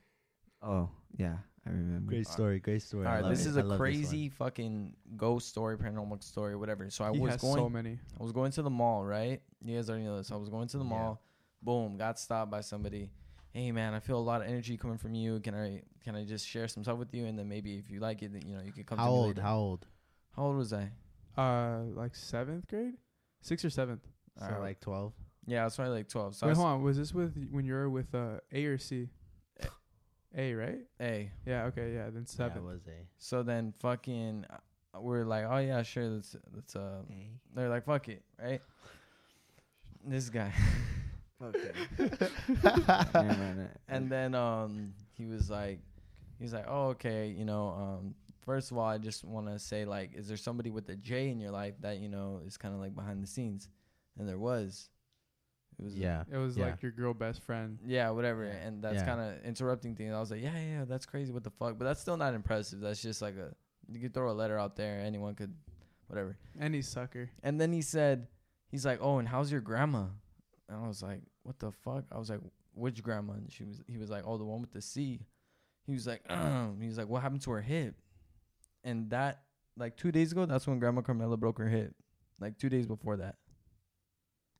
Speaker 4: Oh yeah, I remember.
Speaker 3: Great story. Great story.
Speaker 2: All
Speaker 3: I
Speaker 2: right,
Speaker 3: love
Speaker 2: this
Speaker 3: it.
Speaker 2: is
Speaker 3: I
Speaker 2: a
Speaker 3: love this one.
Speaker 2: crazy fucking ghost story, paranormal story, whatever. So I
Speaker 1: he
Speaker 2: was
Speaker 1: has
Speaker 2: going,
Speaker 1: so many.
Speaker 2: I was going to the mall, right? You guys already know this. I was going to the
Speaker 3: Yeah.
Speaker 2: mall. Boom, got stopped by somebody. Hey man, I feel a lot of energy coming from you. Can I can I just share some stuff with you? And then maybe if you like it, then, you know you can come.
Speaker 3: How
Speaker 2: to me
Speaker 3: old?
Speaker 2: later."
Speaker 3: How old?
Speaker 2: How old was I?
Speaker 1: Uh, like seventh grade, sixth or seventh.
Speaker 3: So
Speaker 2: Alright.
Speaker 3: like 12?
Speaker 2: Yeah, I was probably like twelve. So
Speaker 1: Wait,
Speaker 2: I was,
Speaker 1: hold on. Was this with when you were with uh, A or C? A, right?
Speaker 2: hey,
Speaker 1: Yeah. Okay. Yeah. Then
Speaker 3: Yeah,
Speaker 1: seven.
Speaker 3: I was a.
Speaker 2: so then fucking, uh, we're like, oh yeah, sure, that's that's uh, they're like, fuck it, right? This guy.
Speaker 4: Okay. Never mind that.
Speaker 2: And then um he was like he was like, Oh, okay, you know, um first of all I just wanna say like, is there somebody with a J in your life that, you know, is kinda like behind the scenes? And there was. It was
Speaker 3: Yeah.
Speaker 1: It was
Speaker 3: Yeah.
Speaker 1: like your girl best friend.
Speaker 2: yeah, whatever. And that's
Speaker 3: Yeah.
Speaker 2: kinda interrupting things. I was like, Yeah, yeah, yeah, that's crazy, what the fuck? But that's still not impressive. That's just like a you could throw a letter out there, anyone could whatever.
Speaker 1: Any sucker.
Speaker 2: And then he said, he's like, oh, and how's your grandma? And I was like, what the fuck? I was like, which grandma? And she was, he was like, oh, the one with the C. He was like, *clears throat* he was like, what happened to her hip? And that, like two days ago, that's when Grandma Carmela broke her hip. Like two days before that.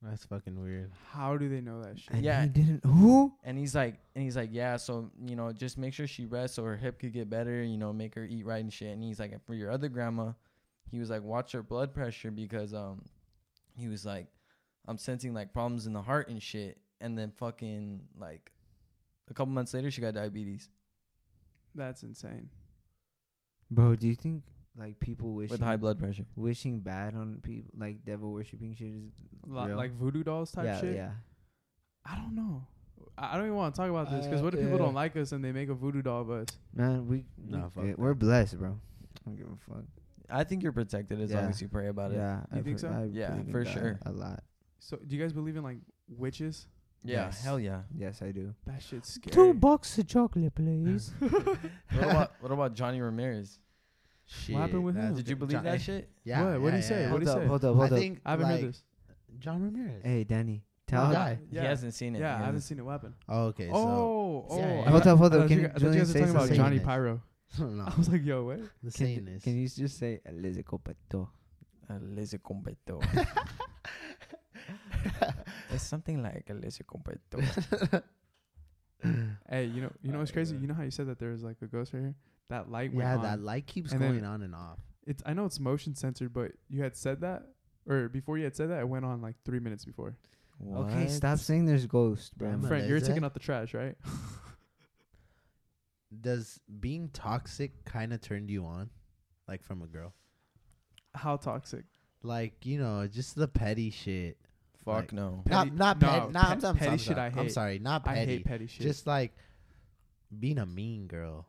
Speaker 3: That's fucking weird.
Speaker 1: How do they know that shit?
Speaker 4: And
Speaker 2: Yeah.
Speaker 4: he didn't. Who?
Speaker 2: And he's like, and he's like, yeah, so you know, just make sure she rests so her hip could get better. You know, make her eat right and shit. And he's like, for your other grandma, he was like, watch her blood pressure because um, he was like, I'm sensing like problems in the heart and shit. And then fucking like, a couple months later, she got diabetes.
Speaker 1: That's insane.
Speaker 4: Bro, do you think like people wishing
Speaker 2: With high blood pressure.
Speaker 4: wishing bad on people, like devil worshipping shit is
Speaker 1: Lo-
Speaker 4: real?
Speaker 1: like voodoo dolls type
Speaker 4: yeah,
Speaker 1: shit.
Speaker 4: yeah.
Speaker 1: I don't know. I I don't even want to talk about this because
Speaker 3: Uh,
Speaker 1: what if people
Speaker 3: yeah.
Speaker 1: don't like us and they make a voodoo doll of us?
Speaker 4: Man, we, we
Speaker 3: Nah, fuck
Speaker 4: good.
Speaker 3: that.
Speaker 4: we're blessed, bro. I don't give a fuck.
Speaker 2: I think you're protected as long
Speaker 4: Yeah.
Speaker 2: as you pray about it.
Speaker 4: yeah,
Speaker 1: You think
Speaker 4: pre-
Speaker 1: so?
Speaker 4: I
Speaker 2: Yeah,
Speaker 4: believe in
Speaker 2: for
Speaker 4: God
Speaker 2: sure.
Speaker 4: A lot.
Speaker 1: So do you guys believe in like witches.
Speaker 2: Yeah,
Speaker 4: Yes.
Speaker 2: hell yeah.
Speaker 4: Yes, I do.
Speaker 1: That shit's scary.
Speaker 4: box of
Speaker 1: *laughs*
Speaker 4: chocolate, please.
Speaker 2: *laughs* What about what about Johnny Ramirez?
Speaker 3: *laughs* Shit,
Speaker 1: happened with
Speaker 3: that's
Speaker 1: him?
Speaker 2: Did you
Speaker 3: good.
Speaker 2: believe
Speaker 3: John-
Speaker 2: that shit?
Speaker 3: *laughs* Yeah.
Speaker 1: What? What'd he say? What'd
Speaker 3: Yeah,
Speaker 4: hold
Speaker 1: he
Speaker 4: up,
Speaker 1: say?
Speaker 4: hold up,
Speaker 3: yeah. I
Speaker 4: hold up.
Speaker 3: think
Speaker 1: I haven't
Speaker 3: like,
Speaker 1: heard this.
Speaker 3: John Ramirez.
Speaker 4: Hey, Danny, tell
Speaker 3: Well,
Speaker 4: him.
Speaker 3: guy.
Speaker 1: Yeah.
Speaker 2: He hasn't seen it.
Speaker 1: Yeah,
Speaker 2: He
Speaker 1: I haven't
Speaker 2: hasn't-
Speaker 1: seen it weapon.
Speaker 3: Oh, okay. So
Speaker 1: oh, oh.
Speaker 3: Yeah, yeah.
Speaker 1: I
Speaker 3: Hold
Speaker 1: thought-
Speaker 4: up, hold
Speaker 1: I
Speaker 4: up,
Speaker 1: thought
Speaker 4: can
Speaker 1: you
Speaker 4: you-
Speaker 1: guys- I thought you
Speaker 4: Julian
Speaker 1: guys were
Speaker 4: say
Speaker 1: talking about
Speaker 3: something?
Speaker 1: Johnny
Speaker 3: *laughs*
Speaker 1: Pyro.
Speaker 3: no,
Speaker 1: I was like, yo, what?
Speaker 3: the
Speaker 4: Can-
Speaker 3: sameness.
Speaker 4: Can you just say Eliza Copato?
Speaker 2: A lizard completo. *laughs* it's something like a lizard completo.
Speaker 1: Hey, you know, you know what's
Speaker 2: Uh,
Speaker 1: crazy?
Speaker 2: yeah.
Speaker 1: You know how you said that there was like a ghost right here? That light went
Speaker 3: yeah,
Speaker 1: on.
Speaker 3: that light keeps
Speaker 1: And then-
Speaker 3: going on and off.
Speaker 1: It's I know it's motion censored, but you had said that, or before you had said that, it went on like three minutes before.
Speaker 4: Okay,
Speaker 2: What?
Speaker 4: stop saying there's ghosts, bro.
Speaker 3: Grandma.
Speaker 1: Friend, you're
Speaker 3: Melissa?
Speaker 1: taking out the trash, right?
Speaker 3: Does being toxic kind of turned you on, like from a girl?
Speaker 1: How toxic?
Speaker 3: Like you know, just the petty shit.
Speaker 2: Fuck
Speaker 3: Like-
Speaker 2: no.
Speaker 1: Petty-
Speaker 3: not not
Speaker 1: no,
Speaker 3: petty. Not,
Speaker 1: pet-
Speaker 3: I'm, I'm,
Speaker 1: petty
Speaker 3: I'm
Speaker 1: shit
Speaker 3: sorry.
Speaker 1: I
Speaker 3: I'm
Speaker 1: hate.
Speaker 3: sorry, not petty.
Speaker 1: I hate petty shit.
Speaker 3: Just like being a mean girl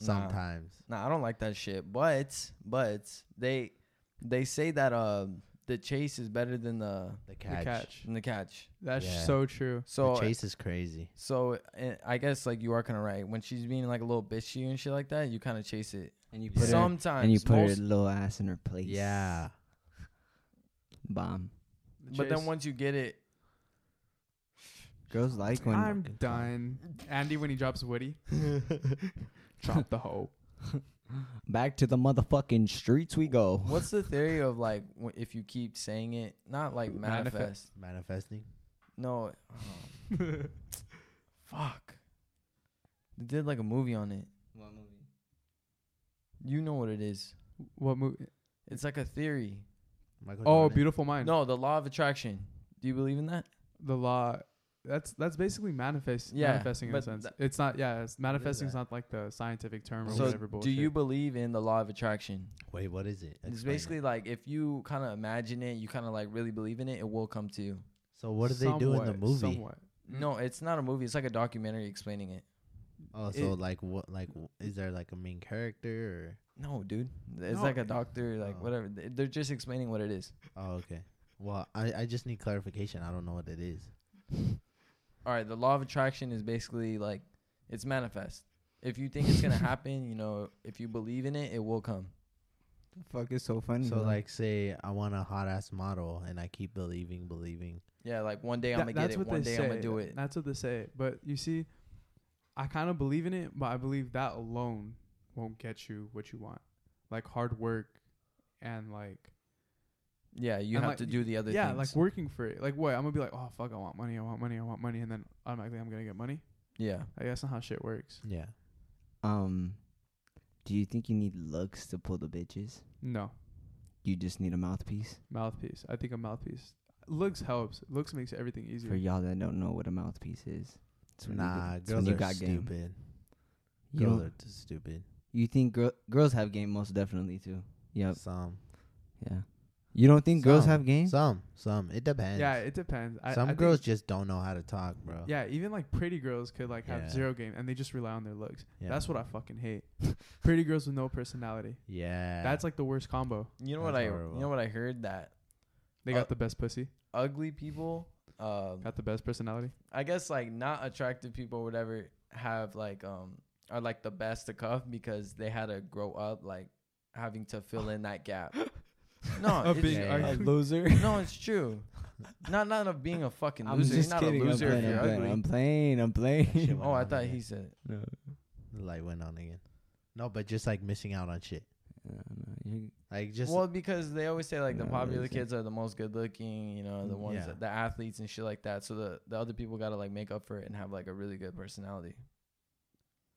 Speaker 2: Nah.
Speaker 3: sometimes.
Speaker 2: Nah, I don't like that shit. But but they they say that uh the chase is better than the
Speaker 3: The
Speaker 1: the
Speaker 3: catch.
Speaker 1: catch.
Speaker 2: than the catch.
Speaker 1: That's
Speaker 3: Yeah.
Speaker 1: so true.
Speaker 2: So
Speaker 3: the chase is crazy.
Speaker 2: so eh, I guess like you are kind of right. When she's being like a little bitchy and shit like that, you kind of chase it.
Speaker 4: And you
Speaker 3: put her-
Speaker 2: Sometimes
Speaker 4: and you put
Speaker 2: most-
Speaker 4: her little ass in her place.
Speaker 1: *laughs*
Speaker 3: Yeah.
Speaker 4: bomb.
Speaker 1: The
Speaker 2: but then
Speaker 1: chase.
Speaker 2: once you get it,
Speaker 4: Girls like when
Speaker 1: I'm
Speaker 3: fucking
Speaker 1: done. Andy when he drops Woody, drop the
Speaker 2: *laughs*
Speaker 1: hoe.
Speaker 4: back to the motherfucking streets we go.
Speaker 2: what's the theory of like w- if you keep saying it, not like manifest.
Speaker 1: Manifest.
Speaker 3: Manifesting.
Speaker 2: No, um, fuck. They did like a movie on it. You know what it is?
Speaker 1: What movie?
Speaker 2: It's like a theory.
Speaker 3: Michael
Speaker 1: Oh,
Speaker 3: Jordan.
Speaker 1: Beautiful Mind.
Speaker 2: No, the law of attraction. Do you believe in that?
Speaker 1: the law. That's that's basically manifest
Speaker 2: Yeah,
Speaker 1: manifesting in a
Speaker 2: but
Speaker 1: sense.
Speaker 2: tha-
Speaker 1: it's not yeah, it's manifesting is
Speaker 3: that?
Speaker 1: not like the scientific term or
Speaker 2: So,
Speaker 1: whatever
Speaker 2: do
Speaker 1: bullshit.
Speaker 2: you believe in the law of attraction?
Speaker 3: Wait, what is it?
Speaker 2: it's
Speaker 3: Explain it.
Speaker 2: basically like if you kind of imagine it, you kind of like really believe in it, it will come to you.
Speaker 3: So what do they do in the
Speaker 1: Somewhat,
Speaker 3: movie?
Speaker 1: Somewhat.
Speaker 2: No, it's not a movie. It's like a documentary explaining it.
Speaker 3: Oh, so
Speaker 1: It-
Speaker 3: like what? Like w- is there like a main character?
Speaker 2: No, dude. It's
Speaker 1: No,
Speaker 2: like a
Speaker 1: it-
Speaker 2: doctor, like
Speaker 3: Oh.
Speaker 2: whatever. They- They're just explaining what it is.
Speaker 3: Or? Oh, okay. Well, I I just need clarification. I don't know what it is.
Speaker 2: All right, the law of attraction is basically like it's manifest. If you think it's
Speaker 1: *laughs*
Speaker 2: gonna happen, you know, if you believe in it, it will come.
Speaker 4: fuck is so funny?
Speaker 3: So like, say I want a hot ass model, and I keep believing, believing.
Speaker 2: Yeah, like one day
Speaker 1: Tha-
Speaker 2: I'm gonna get
Speaker 1: that's
Speaker 2: it,
Speaker 1: what
Speaker 2: one
Speaker 1: they
Speaker 2: day
Speaker 1: say.
Speaker 2: I'm gonna do it.
Speaker 1: That's what they say. But you see, I kind of believe in it, but I believe that alone won't get you what you want. Like hard work and like
Speaker 2: Yeah, you
Speaker 1: And,
Speaker 2: have
Speaker 1: like,
Speaker 2: to do the other
Speaker 1: yeah,
Speaker 2: things.
Speaker 1: like working for it. Like what? I'm gonna be like, oh fuck, I want money, I want money, I want money, and then automatically I'm gonna get money.
Speaker 2: yeah.
Speaker 1: Like, that's not how shit works.
Speaker 3: Yeah.
Speaker 4: um, do you think you need looks to pull the bitches?
Speaker 1: No
Speaker 4: You just need a mouthpiece.
Speaker 1: mouthpiece. I think a mouthpiece. Looks helps. Looks makes everything easier.
Speaker 4: For y'all that don't know what a mouthpiece is, it's when you get-
Speaker 3: nah,
Speaker 4: it's when
Speaker 3: girls
Speaker 4: you
Speaker 3: are
Speaker 4: got game.
Speaker 3: stupid.
Speaker 4: You,
Speaker 3: Girls
Speaker 4: don't-
Speaker 3: are too stupid.
Speaker 4: you think girl, girls have game most definitely too. Yep.
Speaker 3: Some,
Speaker 4: Yeah. You don't think girls
Speaker 3: Some.
Speaker 4: have game?
Speaker 3: some, some. It depends.
Speaker 1: yeah, it depends. I,
Speaker 3: some
Speaker 1: I
Speaker 3: girls
Speaker 1: Think,
Speaker 3: just don't know how to talk, bro.
Speaker 1: yeah, even like pretty girls could like have
Speaker 3: Yeah.
Speaker 1: zero game, and they just rely on their looks.
Speaker 3: Yeah.
Speaker 1: That's what I fucking hate. pretty girls with no personality.
Speaker 3: Yeah.
Speaker 1: That's like the worst combo.
Speaker 2: You know what
Speaker 3: That's
Speaker 2: I
Speaker 3: horrible.
Speaker 2: you know what I heard that
Speaker 1: They
Speaker 2: Uh,
Speaker 1: got the best pussy.
Speaker 2: ugly people, um
Speaker 1: Got the best personality.
Speaker 2: I guess like not attractive people or whatever have like um are like the best to cuff because they had to grow up like having to fill in that gap.
Speaker 4: *laughs*
Speaker 2: No,
Speaker 1: Of
Speaker 2: it's
Speaker 1: being
Speaker 3: Yeah, yeah.
Speaker 2: a
Speaker 1: ugly.
Speaker 2: loser. *laughs* No, it's true. Not not of being a fucking
Speaker 4: I'm
Speaker 2: loser. You're
Speaker 4: just
Speaker 2: not
Speaker 4: kidding.
Speaker 2: a loser
Speaker 4: I'm,
Speaker 2: if
Speaker 4: playing,
Speaker 2: you're
Speaker 4: I'm, playing,
Speaker 2: ugly.
Speaker 4: I'm playing.
Speaker 1: *laughs*
Speaker 4: I'm playing.
Speaker 2: Oh, I thought he said
Speaker 4: no.
Speaker 3: The light went on again. No, but just like missing out on shit.
Speaker 4: Yeah, no, you're-
Speaker 3: Like just
Speaker 2: well because they always say like the
Speaker 4: No, Mm,
Speaker 2: popular
Speaker 4: it's-
Speaker 2: kids are the most good looking, you know, the ones
Speaker 3: Yeah.
Speaker 2: that, the athletes and shit like that. So the the other people got to like make up for it and have like a really good personality.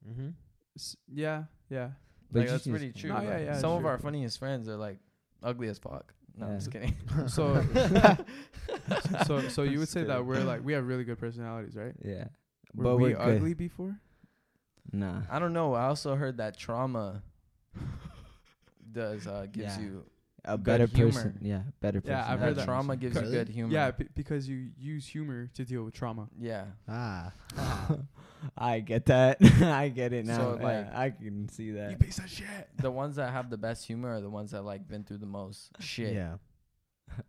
Speaker 3: mm-hmm.
Speaker 1: S- yeah,
Speaker 3: *laughs*
Speaker 1: yeah.
Speaker 4: But
Speaker 2: like
Speaker 4: you
Speaker 2: that's
Speaker 4: just-
Speaker 2: pretty true.
Speaker 1: No,
Speaker 2: like,
Speaker 1: yeah, yeah,
Speaker 2: Some of
Speaker 1: true.
Speaker 2: our funniest friends are like ugly as fuck. No, I'm
Speaker 4: Yeah.
Speaker 2: just kidding.
Speaker 1: *laughs*
Speaker 2: *laughs*
Speaker 1: So, so, so you would say that we're like we have really good personalities, right?
Speaker 4: Yeah.
Speaker 1: Were
Speaker 4: but
Speaker 1: we
Speaker 4: we're good.
Speaker 1: ugly before?
Speaker 4: Nah.
Speaker 2: I don't know. I also heard that trauma does uh gives
Speaker 4: Yeah.
Speaker 2: you
Speaker 4: a
Speaker 2: good
Speaker 4: better
Speaker 2: humor.
Speaker 4: person. Yeah, better person.
Speaker 1: Yeah, I've heard
Speaker 2: that
Speaker 1: that.
Speaker 2: trauma gives you
Speaker 1: Really?
Speaker 2: good humor.
Speaker 1: Yeah, b- because you use humor to deal with trauma.
Speaker 2: yeah.
Speaker 3: *laughs* ah.
Speaker 4: *laughs* I get that. *laughs* I get it now.
Speaker 2: So,
Speaker 4: Yeah,
Speaker 2: like-
Speaker 4: I can see that.
Speaker 1: You piece of shit.
Speaker 2: The ones that have the best
Speaker 3: *laughs*
Speaker 2: humor are the ones that like been through the most shit.
Speaker 3: Yeah.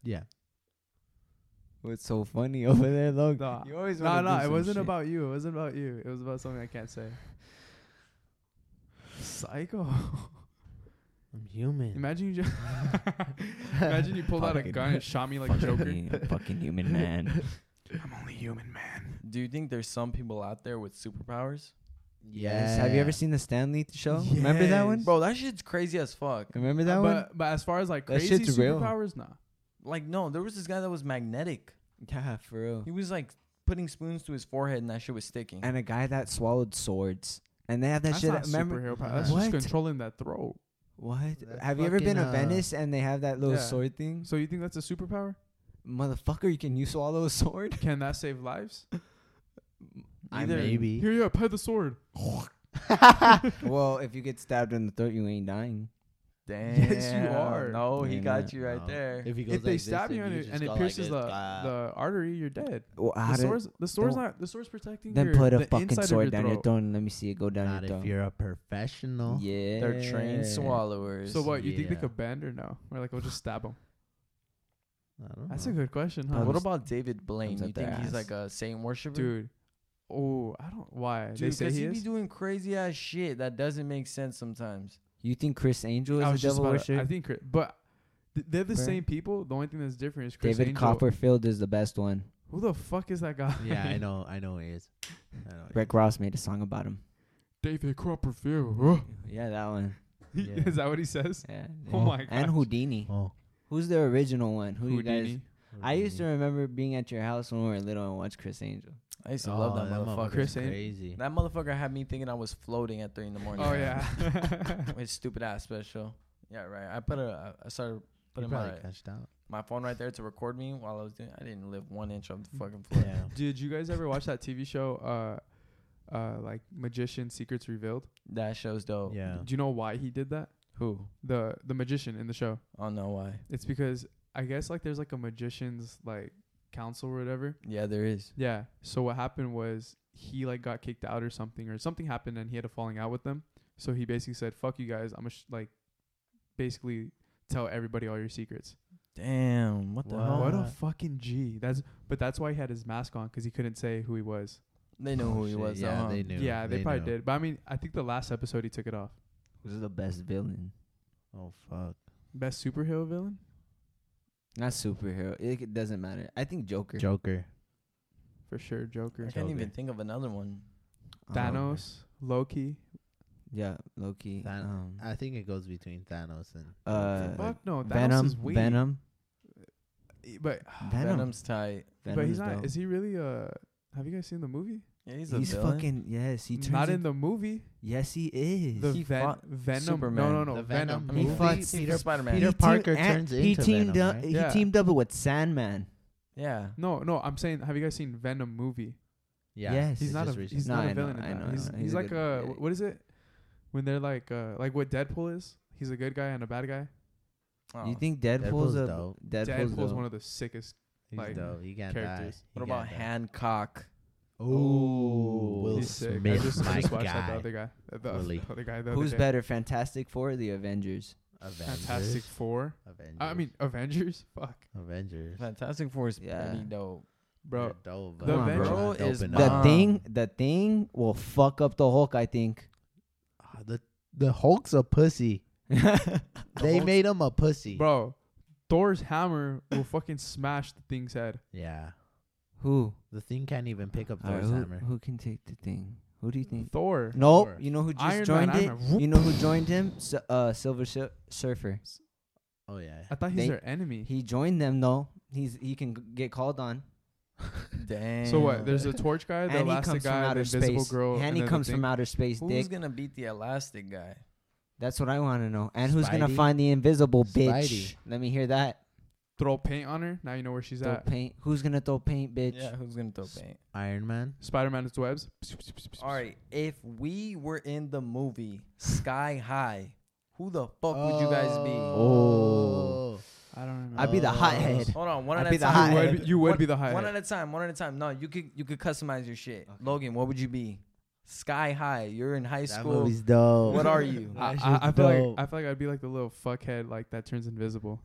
Speaker 3: Yeah.
Speaker 4: What's so funny *laughs* over there, Logan?
Speaker 1: No.
Speaker 4: you always
Speaker 1: No,
Speaker 4: wanna
Speaker 1: no,
Speaker 4: do
Speaker 1: it
Speaker 4: some
Speaker 1: wasn't
Speaker 4: shit.
Speaker 1: about you. It wasn't about you. It was about something I can't say. Psycho.
Speaker 3: I'm human.
Speaker 1: Imagine
Speaker 3: *laughs*
Speaker 1: you just *laughs* imagine you pulled out a
Speaker 4: Fucking-
Speaker 1: gun and shot me *laughs* like Joker.
Speaker 4: fucking, fucking human man.
Speaker 3: *laughs*
Speaker 1: I'm only human, man.
Speaker 2: Do you think there's some people out there with superpowers?
Speaker 4: Yes. Have you ever seen the Stanley show? Remember that one?
Speaker 1: Yes.
Speaker 2: Bro, that shit's crazy as fuck.
Speaker 4: Remember that
Speaker 1: Uh,
Speaker 4: one?
Speaker 1: but but as far as like
Speaker 4: That
Speaker 1: crazy
Speaker 4: shit's real.
Speaker 1: superpowers, nah.
Speaker 2: Like, no, there was this guy that was magnetic.
Speaker 4: Yeah, for real.
Speaker 2: He was like putting spoons to his forehead and that shit was sticking.
Speaker 4: And a guy that swallowed swords. And they have that
Speaker 1: That's
Speaker 4: shit.
Speaker 1: not
Speaker 4: remember
Speaker 1: superhero power. That's
Speaker 4: What?
Speaker 1: just controlling that throat.
Speaker 4: what?
Speaker 3: That's
Speaker 4: have you ever been
Speaker 3: fucking,
Speaker 4: to
Speaker 3: uh,
Speaker 4: Venice and they have that little
Speaker 1: Yeah.
Speaker 4: sword thing?
Speaker 1: So you think that's a superpower?
Speaker 4: Motherfucker, you can you swallow *laughs* a sword?
Speaker 1: Can that save lives?
Speaker 3: I
Speaker 2: Either-
Speaker 3: maybe.
Speaker 4: *laughs*
Speaker 1: Here, yeah, pet the sword.
Speaker 4: well, if you get stabbed in the throat, you ain't dying.
Speaker 2: Damn.
Speaker 1: Yes, you are.
Speaker 2: No, he
Speaker 4: Yeah,
Speaker 2: got
Speaker 4: no,
Speaker 2: you right
Speaker 3: No.
Speaker 2: there.
Speaker 3: If, he goes
Speaker 1: If they
Speaker 3: like this
Speaker 1: stab you and it,
Speaker 3: just
Speaker 1: and it
Speaker 3: go like
Speaker 1: pierces
Speaker 3: this,
Speaker 1: the,
Speaker 3: ah.
Speaker 1: the artery, you're dead.
Speaker 4: Well,
Speaker 1: The
Speaker 4: how did-
Speaker 1: sword's, the sword's
Speaker 4: don't-
Speaker 1: not the sword's protecting.
Speaker 4: then
Speaker 1: your,
Speaker 4: put a
Speaker 1: the inside
Speaker 4: fucking
Speaker 1: of
Speaker 4: sword
Speaker 1: your
Speaker 4: down your throat and let me see it go down
Speaker 3: Not
Speaker 4: your
Speaker 3: if
Speaker 4: throat.
Speaker 3: you're a professional.
Speaker 4: yeah.
Speaker 2: They're trained swallowers.
Speaker 1: So what? You think they
Speaker 3: Yeah.
Speaker 1: could bend or no? Or like we'll just stab them?
Speaker 3: I don't
Speaker 1: That's
Speaker 3: know.
Speaker 1: a good question, huh?
Speaker 4: Thumbs
Speaker 2: What about David Blaine?
Speaker 4: Comes
Speaker 2: You
Speaker 4: up their
Speaker 2: think he's
Speaker 4: ass.
Speaker 2: like a saint worshiper?
Speaker 1: dude? Oh, I don't. Why
Speaker 2: Dude,
Speaker 1: they say
Speaker 2: 'cause
Speaker 1: he
Speaker 2: he
Speaker 1: is?
Speaker 2: be doing crazy ass shit that doesn't make sense sometimes.
Speaker 4: You think Chris Angel
Speaker 1: I
Speaker 4: is
Speaker 1: was
Speaker 4: a
Speaker 1: just
Speaker 4: devil
Speaker 1: about. to-
Speaker 4: worshiper?
Speaker 1: I think, Chri- but th- they're the
Speaker 4: Bruh.
Speaker 1: same people. The only thing that's different is Chris
Speaker 4: David
Speaker 1: Angel.
Speaker 4: Copperfield is the best one.
Speaker 1: Who the fuck is that guy?
Speaker 3: yeah, *laughs* I know. I know it is. I know it
Speaker 4: Rick Ross made a song about him.
Speaker 1: *laughs* David Copperfield. huh?
Speaker 4: Yeah, that one.
Speaker 1: He-
Speaker 3: Yeah.
Speaker 1: is that what he says?
Speaker 4: Yeah.
Speaker 1: Oh my
Speaker 4: And
Speaker 1: gosh.
Speaker 4: Houdini.
Speaker 3: is. Oh,
Speaker 4: Who's the original one? Who you guys?
Speaker 1: Houdini.
Speaker 4: I used to remember being at your house when we were little and watch Chris Angel.
Speaker 2: I used to
Speaker 3: Oh,
Speaker 2: love that, motherfucker.
Speaker 1: Chris Angel.
Speaker 3: crazy.
Speaker 2: That motherfucker had me thinking I was floating at three in the morning.
Speaker 1: Oh yeah.
Speaker 2: *laughs*
Speaker 4: *laughs*
Speaker 1: *laughs*
Speaker 2: His stupid ass special. Yeah, right. I put a. I started
Speaker 3: He
Speaker 2: putting my
Speaker 3: probably cashed out.
Speaker 2: my phone right there to record me while I was doing. I didn't live one inch off the fucking floor.
Speaker 3: *laughs* Yeah.
Speaker 1: Did you guys ever watch that TV show? Uh, uh, like Magician Secrets Revealed.
Speaker 2: That show's dope.
Speaker 3: Yeah.
Speaker 1: Do you know why he did that?
Speaker 2: Who?
Speaker 1: The the magician in the show.
Speaker 2: I don't know why.
Speaker 1: It's because I guess like there's like a magician's like council or whatever.
Speaker 2: Yeah, there is.
Speaker 1: Yeah. So what happened was he like got kicked out or something or something happened and he had a falling out with them. So he basically said, "Fuck you guys. I'm gonna sh- like basically tell everybody all your secrets."
Speaker 2: Damn. What the
Speaker 3: Wow.
Speaker 4: Oh.
Speaker 2: hell?
Speaker 1: what a
Speaker 3: Ah.
Speaker 1: fucking G. That's but that's why he had his mask on cuz he couldn't say who he was.
Speaker 2: They know
Speaker 3: Oh,
Speaker 2: who he
Speaker 3: shit,
Speaker 2: was.
Speaker 3: Yeah,
Speaker 1: um,
Speaker 2: though,
Speaker 3: they
Speaker 2: huh?
Speaker 3: knew.
Speaker 1: yeah, they, probably
Speaker 3: knew.
Speaker 1: did. But I mean, I think the last episode he took it off.
Speaker 4: Who's the best villain?
Speaker 3: Oh fuck.
Speaker 1: Best superhero villain?
Speaker 4: Not superhero. It, it doesn't matter. I think Joker.
Speaker 3: Joker.
Speaker 1: For sure, Joker.
Speaker 2: I can't even
Speaker 3: Joker.
Speaker 2: think of another one.
Speaker 4: Um,
Speaker 1: Thanos,
Speaker 4: Oh,
Speaker 1: Loki.
Speaker 4: yeah, Loki.
Speaker 3: Than-
Speaker 4: um,
Speaker 3: I think it goes between Thanos and
Speaker 4: Uh,
Speaker 1: Fuck no, Thanos
Speaker 4: Venom.
Speaker 1: is weak.
Speaker 4: Venom.
Speaker 1: But
Speaker 4: Venom.
Speaker 2: Venom's tight.
Speaker 4: Venom.
Speaker 1: but he's
Speaker 4: is
Speaker 1: not.
Speaker 4: dope.
Speaker 1: Is he really? Uh, have you guys seen the movie?
Speaker 2: Yeah, he's,
Speaker 4: He's,
Speaker 2: a villain.
Speaker 4: fucking yes. He turns
Speaker 1: not in
Speaker 4: in-
Speaker 1: the movie.
Speaker 4: Yes, he is.
Speaker 1: The
Speaker 2: He
Speaker 1: Ven-
Speaker 2: fought
Speaker 1: Venom.
Speaker 2: Superman.
Speaker 1: No, no, no.
Speaker 3: The
Speaker 1: Venom.
Speaker 3: Venom
Speaker 2: I mean,
Speaker 4: He
Speaker 1: movie.
Speaker 4: fought
Speaker 2: fights
Speaker 3: Peter-
Speaker 2: Spider-Man.
Speaker 3: Peter
Speaker 4: He team-
Speaker 3: Parker
Speaker 4: and
Speaker 3: turns
Speaker 4: he
Speaker 3: into
Speaker 4: teamed
Speaker 3: Venom,
Speaker 4: up.
Speaker 3: right?
Speaker 4: He
Speaker 1: Yeah.
Speaker 4: teamed up with Sandman.
Speaker 2: Yeah.
Speaker 1: No, no. I'm saying, have you guys seen Venom movie?
Speaker 4: Yes.
Speaker 1: He's
Speaker 4: It's
Speaker 1: not a.
Speaker 3: just
Speaker 1: He's
Speaker 3: recent.
Speaker 4: No,
Speaker 1: not
Speaker 4: I
Speaker 1: a
Speaker 4: know,
Speaker 1: villain. in
Speaker 4: I
Speaker 1: that.
Speaker 4: know, I
Speaker 1: he's
Speaker 4: know.
Speaker 1: he's,
Speaker 4: He's a
Speaker 1: like
Speaker 4: good-
Speaker 1: a.
Speaker 4: yeah, yeah.
Speaker 1: What is it? When they're like, uh, like what Deadpool is. He's a good guy and a bad guy.
Speaker 2: Oh.
Speaker 4: You think
Speaker 3: Deadpool's
Speaker 4: Deadpool's, a
Speaker 3: dope.
Speaker 4: Deadpool's,
Speaker 1: Deadpool's
Speaker 4: dope.
Speaker 1: one of the sickest.
Speaker 3: He's
Speaker 1: like,
Speaker 3: dope. He got
Speaker 1: characters.
Speaker 3: that. He
Speaker 2: What
Speaker 3: got
Speaker 2: about
Speaker 3: that.
Speaker 2: Hancock?
Speaker 3: Ooh, Will
Speaker 1: he's sick. I
Speaker 3: Smith,
Speaker 1: just, I
Speaker 3: my
Speaker 1: just watched that
Speaker 3: guy.
Speaker 1: the other guy. The, the
Speaker 3: Really.
Speaker 1: other guy. The other
Speaker 4: Who's
Speaker 1: day.
Speaker 4: better, Fantastic Four or the Avengers?
Speaker 3: Avengers.
Speaker 1: Fantastic Four.
Speaker 3: Avengers.
Speaker 1: I mean, Avengers. *laughs* Fuck,
Speaker 3: Avengers.
Speaker 2: Fantastic Four is
Speaker 4: Yeah.
Speaker 2: pretty dope.
Speaker 1: bro.
Speaker 3: They're dope,
Speaker 1: The
Speaker 3: but they're
Speaker 1: Avengers-
Speaker 3: not
Speaker 2: Bro
Speaker 3: dope
Speaker 2: is
Speaker 3: enough.
Speaker 4: The
Speaker 2: Nah.
Speaker 4: thing, the thing will fuck up the Hulk. I think. *laughs*
Speaker 3: Ah, the the Hulk's a pussy. they
Speaker 1: Hulk's-
Speaker 3: made him a pussy.
Speaker 1: Bro, Thor's hammer will fucking smash the thing's head.
Speaker 3: Yeah.
Speaker 4: Who?
Speaker 3: The thing can't even pick up
Speaker 4: All right,
Speaker 3: Thor's
Speaker 4: who,
Speaker 3: hammer.
Speaker 4: who can take the thing? Who do you think?
Speaker 1: Thor.
Speaker 4: No,
Speaker 3: Thor.
Speaker 4: Mm. you know who just
Speaker 1: Iron
Speaker 4: joined
Speaker 1: Man,
Speaker 4: it.
Speaker 1: Iron Man.
Speaker 4: You know who joined him? S uh, Silver Sur- Surfer.
Speaker 3: Oh yeah.
Speaker 1: I thought he's
Speaker 4: They-
Speaker 1: their enemy.
Speaker 4: He joined them though. He's he can g- get called on.
Speaker 2: *laughs* Damn.
Speaker 1: so what? There's the torch guy, the
Speaker 4: and he
Speaker 1: elastic
Speaker 4: comes from
Speaker 1: guy, the
Speaker 4: outer
Speaker 1: invisible
Speaker 4: space.
Speaker 1: girl,
Speaker 4: and he
Speaker 1: then the
Speaker 4: comes
Speaker 1: thing.
Speaker 4: from outer space,
Speaker 2: Who's
Speaker 4: Dick.
Speaker 2: gonna beat the elastic guy?
Speaker 4: That's what I want to know. And who's gonna
Speaker 3: Spidey?
Speaker 4: find the invisible bitch?
Speaker 3: Spidey.
Speaker 4: Let me hear that.
Speaker 1: throw paint on her. Now you know where she's
Speaker 4: Throw
Speaker 1: at.
Speaker 4: paint. Who's gonna throw paint, bitch?
Speaker 2: Yeah, who's gonna throw paint?
Speaker 3: Iron Man.
Speaker 1: Spider Man is webs.
Speaker 2: All right, if we were in the movie Sky High, who the fuck would you guys be?
Speaker 3: Oh.
Speaker 1: I don't remember.
Speaker 4: I'd be the
Speaker 3: Oh.
Speaker 4: hothead.
Speaker 2: Hold on, one
Speaker 4: I'd
Speaker 2: at
Speaker 4: be
Speaker 2: a
Speaker 4: the
Speaker 2: time.
Speaker 1: you
Speaker 4: high
Speaker 1: would, be, you would
Speaker 2: one,
Speaker 1: be the high.
Speaker 2: One
Speaker 1: head.
Speaker 2: at a time. One at a time. No, you could you could customize your shit. Logan, what would you be? Sky High. You're in high
Speaker 3: That
Speaker 2: school.
Speaker 3: movie's dope.
Speaker 2: What are you?
Speaker 1: I,
Speaker 3: *laughs* That
Speaker 1: I, I
Speaker 3: shit's
Speaker 1: feel like
Speaker 3: dope.
Speaker 1: I feel like I'd be like the little fuckhead like that turns invisible.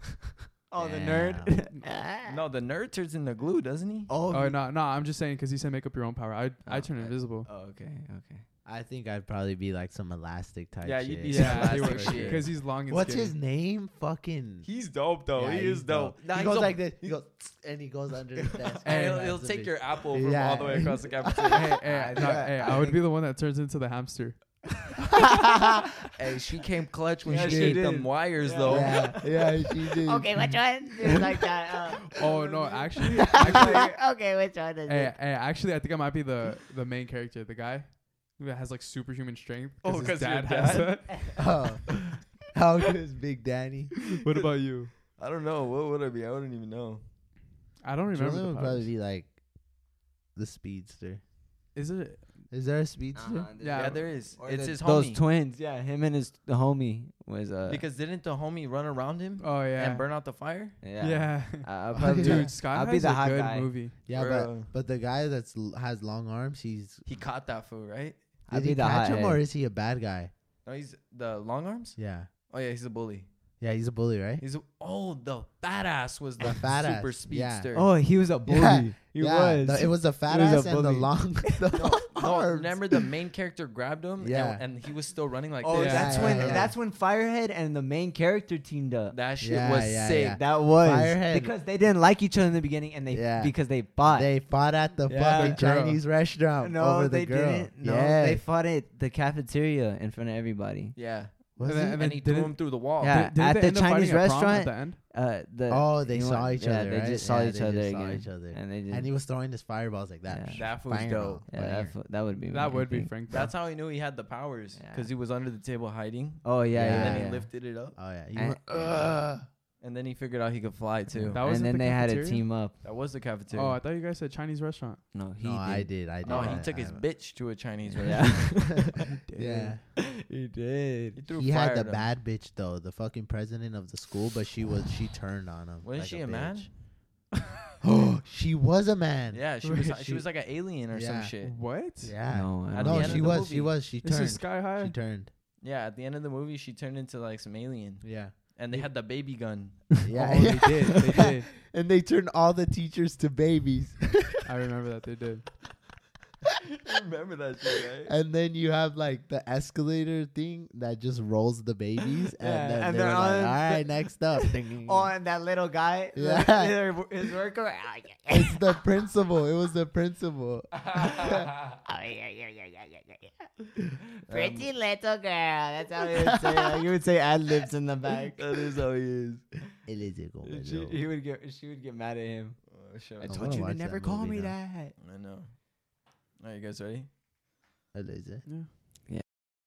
Speaker 4: Oh, the nerd.
Speaker 2: No, the nerd turns into glue, doesn't he?
Speaker 3: *laughs* Oh,
Speaker 1: Oh
Speaker 3: he-
Speaker 1: no, no, I'm just saying because he said make up your own power. I I
Speaker 2: Oh,
Speaker 1: turn
Speaker 2: okay.
Speaker 1: invisible.
Speaker 2: Oh, okay, okay.
Speaker 3: I think I'd probably be like some elastic type.
Speaker 2: Yeah,
Speaker 3: shit.
Speaker 2: you'd be
Speaker 3: *laughs*
Speaker 1: Yeah,
Speaker 2: Yeah,
Speaker 1: because
Speaker 2: that's for sure.
Speaker 1: he's long and
Speaker 3: What's
Speaker 1: skinny.
Speaker 3: his name? Fucking.
Speaker 2: He's dope though.
Speaker 3: Yeah,
Speaker 2: he
Speaker 3: he's
Speaker 2: is dope. Nah,
Speaker 3: he
Speaker 2: he's
Speaker 3: goes
Speaker 2: dope. *laughs*
Speaker 3: like this. He goes and he goes under the desk.
Speaker 2: And he'll,
Speaker 3: That's
Speaker 2: he'll
Speaker 3: the
Speaker 2: take
Speaker 3: bitch.
Speaker 2: your apple from all the way
Speaker 3: Yeah.
Speaker 2: across *laughs* the cafeteria.
Speaker 1: hey,
Speaker 4: *laughs*
Speaker 1: hey, no,
Speaker 3: Yeah,
Speaker 1: hey,
Speaker 3: I
Speaker 1: I would
Speaker 3: think-
Speaker 1: be the one that turns into the hamster.
Speaker 2: hey, she came clutch when
Speaker 3: Yeah,
Speaker 2: she,
Speaker 3: she
Speaker 2: ate
Speaker 3: did.
Speaker 2: them wires though. *laughs*
Speaker 3: Yeah, yeah, she did.
Speaker 5: Okay, which one? It's like that. um,
Speaker 4: *laughs*
Speaker 5: *laughs*
Speaker 1: Oh no, actually, actually, hey,
Speaker 5: Uh, *laughs* okay, which one is
Speaker 1: hey,
Speaker 5: it?
Speaker 1: actually, I think I might be the the main character, the guy who has like superhuman strength.
Speaker 2: Oh,
Speaker 1: his
Speaker 2: 'cause your
Speaker 1: dad has
Speaker 2: dad? *laughs*
Speaker 1: that.
Speaker 3: Oh. How good is Big Danny?
Speaker 1: *laughs* What about you?
Speaker 2: I don't know. What would I be? I wouldn't even know.
Speaker 1: I don't *laughs* remember.
Speaker 3: Julian
Speaker 1: the
Speaker 3: would probably
Speaker 1: powers.
Speaker 3: be like the speedster.
Speaker 1: Is it?
Speaker 3: Is there a *laughs* speedster?
Speaker 1: Yeah.
Speaker 2: Yeah, there is.
Speaker 4: Or
Speaker 2: it's
Speaker 4: the-
Speaker 2: his
Speaker 4: those
Speaker 2: homie.
Speaker 4: twins. Yeah, him and his the homie was uh.
Speaker 2: because didn't the homie run around him
Speaker 1: Oh yeah.
Speaker 2: and burn out the fire?
Speaker 4: yeah.
Speaker 1: yeah. *laughs*
Speaker 4: I- I'll
Speaker 3: Oh,
Speaker 4: probably
Speaker 3: yeah.
Speaker 1: Dude, Sky
Speaker 4: I'll
Speaker 1: High's
Speaker 4: be the
Speaker 1: a
Speaker 4: hot
Speaker 1: good
Speaker 4: guy.
Speaker 1: movey.
Speaker 3: Yeah,
Speaker 2: Bro.
Speaker 3: but but the guy that's l- has long arms, he's
Speaker 2: He caught that fool, right?
Speaker 4: I'll
Speaker 3: did
Speaker 4: be
Speaker 3: he
Speaker 4: the
Speaker 3: catch
Speaker 4: hot
Speaker 3: him
Speaker 4: egg.
Speaker 3: or is he a bad guy?
Speaker 2: No, he's the long arms.
Speaker 3: Yeah,
Speaker 2: Oh yeah, he's a bully.
Speaker 3: yeah, he's a bully, right?
Speaker 2: He's a, oh the fat ass was the,
Speaker 3: The fat
Speaker 2: super
Speaker 3: ass, yeah.
Speaker 2: speedster.
Speaker 4: Oh, he was a bully.
Speaker 3: Yeah,
Speaker 4: He
Speaker 3: yeah,
Speaker 4: was.
Speaker 3: the- it was the fat
Speaker 4: was a
Speaker 3: ass and the
Speaker 4: bully.
Speaker 3: long, the long
Speaker 2: No,
Speaker 3: arms.
Speaker 2: remember the main character grabbed him,
Speaker 3: Yeah.
Speaker 2: and, and he was still running like
Speaker 4: oh,
Speaker 2: this.
Speaker 4: that's
Speaker 3: yeah,
Speaker 4: when
Speaker 3: yeah, yeah.
Speaker 4: that's when Firehead and the main character teamed up.
Speaker 2: that shit
Speaker 3: Yeah,
Speaker 2: was
Speaker 3: yeah,
Speaker 2: sick.
Speaker 3: yeah.
Speaker 4: That was
Speaker 3: Firehead.
Speaker 4: because they didn't like each other in the beginning, and they
Speaker 3: Yeah.
Speaker 4: because they fought.
Speaker 3: They fought at the
Speaker 4: Yeah.
Speaker 3: fucking
Speaker 1: The girl.
Speaker 3: Chinese restaurant
Speaker 4: no,
Speaker 3: over the
Speaker 4: they
Speaker 3: girl.
Speaker 4: didn't. No,
Speaker 3: yeah,
Speaker 4: they fought at the cafeteria in front of everybody.
Speaker 2: Yeah,
Speaker 3: Was
Speaker 1: And then-
Speaker 3: it?
Speaker 1: and
Speaker 2: and,
Speaker 1: then
Speaker 2: he threw
Speaker 1: didn't-
Speaker 2: him through the wall.
Speaker 4: Yeah,
Speaker 1: Did- didn't
Speaker 4: at
Speaker 1: they
Speaker 4: the
Speaker 1: end up fighting
Speaker 4: Chinese
Speaker 1: at prom
Speaker 4: restaurant,
Speaker 1: At the end,
Speaker 4: Uh, the
Speaker 3: oh, they
Speaker 4: you know
Speaker 3: saw
Speaker 4: what?
Speaker 3: each
Speaker 4: yeah,
Speaker 3: other.
Speaker 4: They
Speaker 3: right?
Speaker 4: just saw
Speaker 3: Yeah,
Speaker 4: each
Speaker 3: they
Speaker 4: other
Speaker 3: just saw
Speaker 4: again,
Speaker 3: each other.
Speaker 4: and they just
Speaker 3: And he was throwing his fireballs like that.
Speaker 4: Yeah.
Speaker 2: That fool's
Speaker 3: Fireball.
Speaker 2: dope.
Speaker 4: yeah,
Speaker 3: Fire.
Speaker 4: that, fu- that would be
Speaker 1: that
Speaker 4: mine, I
Speaker 1: would be
Speaker 3: Mm-hmm.
Speaker 4: think.
Speaker 1: Frank. Though.
Speaker 2: That's how he knew he had the powers
Speaker 4: Yeah.
Speaker 2: because he was under the table hiding.
Speaker 4: Oh
Speaker 3: Yeah.
Speaker 4: yeah, yeah.
Speaker 2: and then
Speaker 4: yeah.
Speaker 2: he lifted it up,
Speaker 3: Oh yeah, you
Speaker 4: And-
Speaker 3: went, "Ugh."
Speaker 2: and then he figured out he could fly too.
Speaker 1: That
Speaker 2: That,
Speaker 1: was
Speaker 4: and
Speaker 1: at
Speaker 4: then
Speaker 1: the
Speaker 4: they had a
Speaker 1: cafeteria?
Speaker 4: team up.
Speaker 2: was the cafeteria.
Speaker 1: Oh, I thought you guys said Chinese restaurant.
Speaker 4: No, he
Speaker 3: no,
Speaker 4: did.
Speaker 3: I did. I did.
Speaker 2: no,
Speaker 3: I-
Speaker 2: he took
Speaker 3: I-
Speaker 2: his bitch to a
Speaker 4: *laughs*
Speaker 2: Chinese
Speaker 4: Yeah.
Speaker 2: restaurant.
Speaker 3: *laughs* Yeah,
Speaker 4: *laughs* he did.
Speaker 2: he threw
Speaker 3: he had
Speaker 2: fire
Speaker 3: the
Speaker 2: at him.
Speaker 3: bad bitch though, the fucking president of the school, but she was she turned on him.
Speaker 2: Wasn't
Speaker 3: like
Speaker 2: she
Speaker 3: a
Speaker 2: a man?
Speaker 3: Oh,
Speaker 2: *laughs*
Speaker 3: *gasps* she was a *laughs* man.
Speaker 2: Yeah, she was.
Speaker 3: She-
Speaker 2: She was like an alien or
Speaker 3: Yeah.
Speaker 2: some shit.
Speaker 1: What?
Speaker 3: yeah. No,
Speaker 4: No, I
Speaker 2: At the end
Speaker 3: she
Speaker 2: of the
Speaker 3: was.
Speaker 2: movie.
Speaker 3: She was. She
Speaker 1: This
Speaker 3: turned.
Speaker 1: is Sky
Speaker 3: she
Speaker 1: High.
Speaker 3: turned.
Speaker 2: Yeah, at the end of the movie, she turned into like some alien, *laughs*
Speaker 3: Yeah.
Speaker 2: and they had the baby
Speaker 4: *laughs*
Speaker 2: gun.
Speaker 3: Yeah.
Speaker 1: Oh, they did.
Speaker 3: *laughs*
Speaker 1: They did.
Speaker 3: and they turned all the teachers to babies.
Speaker 1: I remember that they did.
Speaker 2: remember that shit,
Speaker 3: And then you have like the escalator thing that just rolls the babies, and
Speaker 4: Yeah,
Speaker 3: then
Speaker 4: and
Speaker 3: they're
Speaker 4: they're
Speaker 3: like,
Speaker 4: on
Speaker 3: "All
Speaker 4: the-
Speaker 3: right, next up."
Speaker 4: *laughs* Oh, and that little guy.
Speaker 3: Yeah.
Speaker 4: *laughs* the- His worker. ah, yeah.
Speaker 3: it's the principal. It was the principal.
Speaker 5: Oh, yeah, yeah, yeah, yeah, yeah, yeah, yeah. Pretty little girl. That's how we would say.
Speaker 4: you would say ad libs in the back.
Speaker 2: That is how he is.
Speaker 3: Illegal.
Speaker 4: She, he would get. She would get mad at him.
Speaker 2: Oh, shit.
Speaker 3: I told wanna you to watch never that call movie me now.
Speaker 4: that.
Speaker 2: I know. Are you guys ready?
Speaker 3: Illegal.
Speaker 1: Yeah.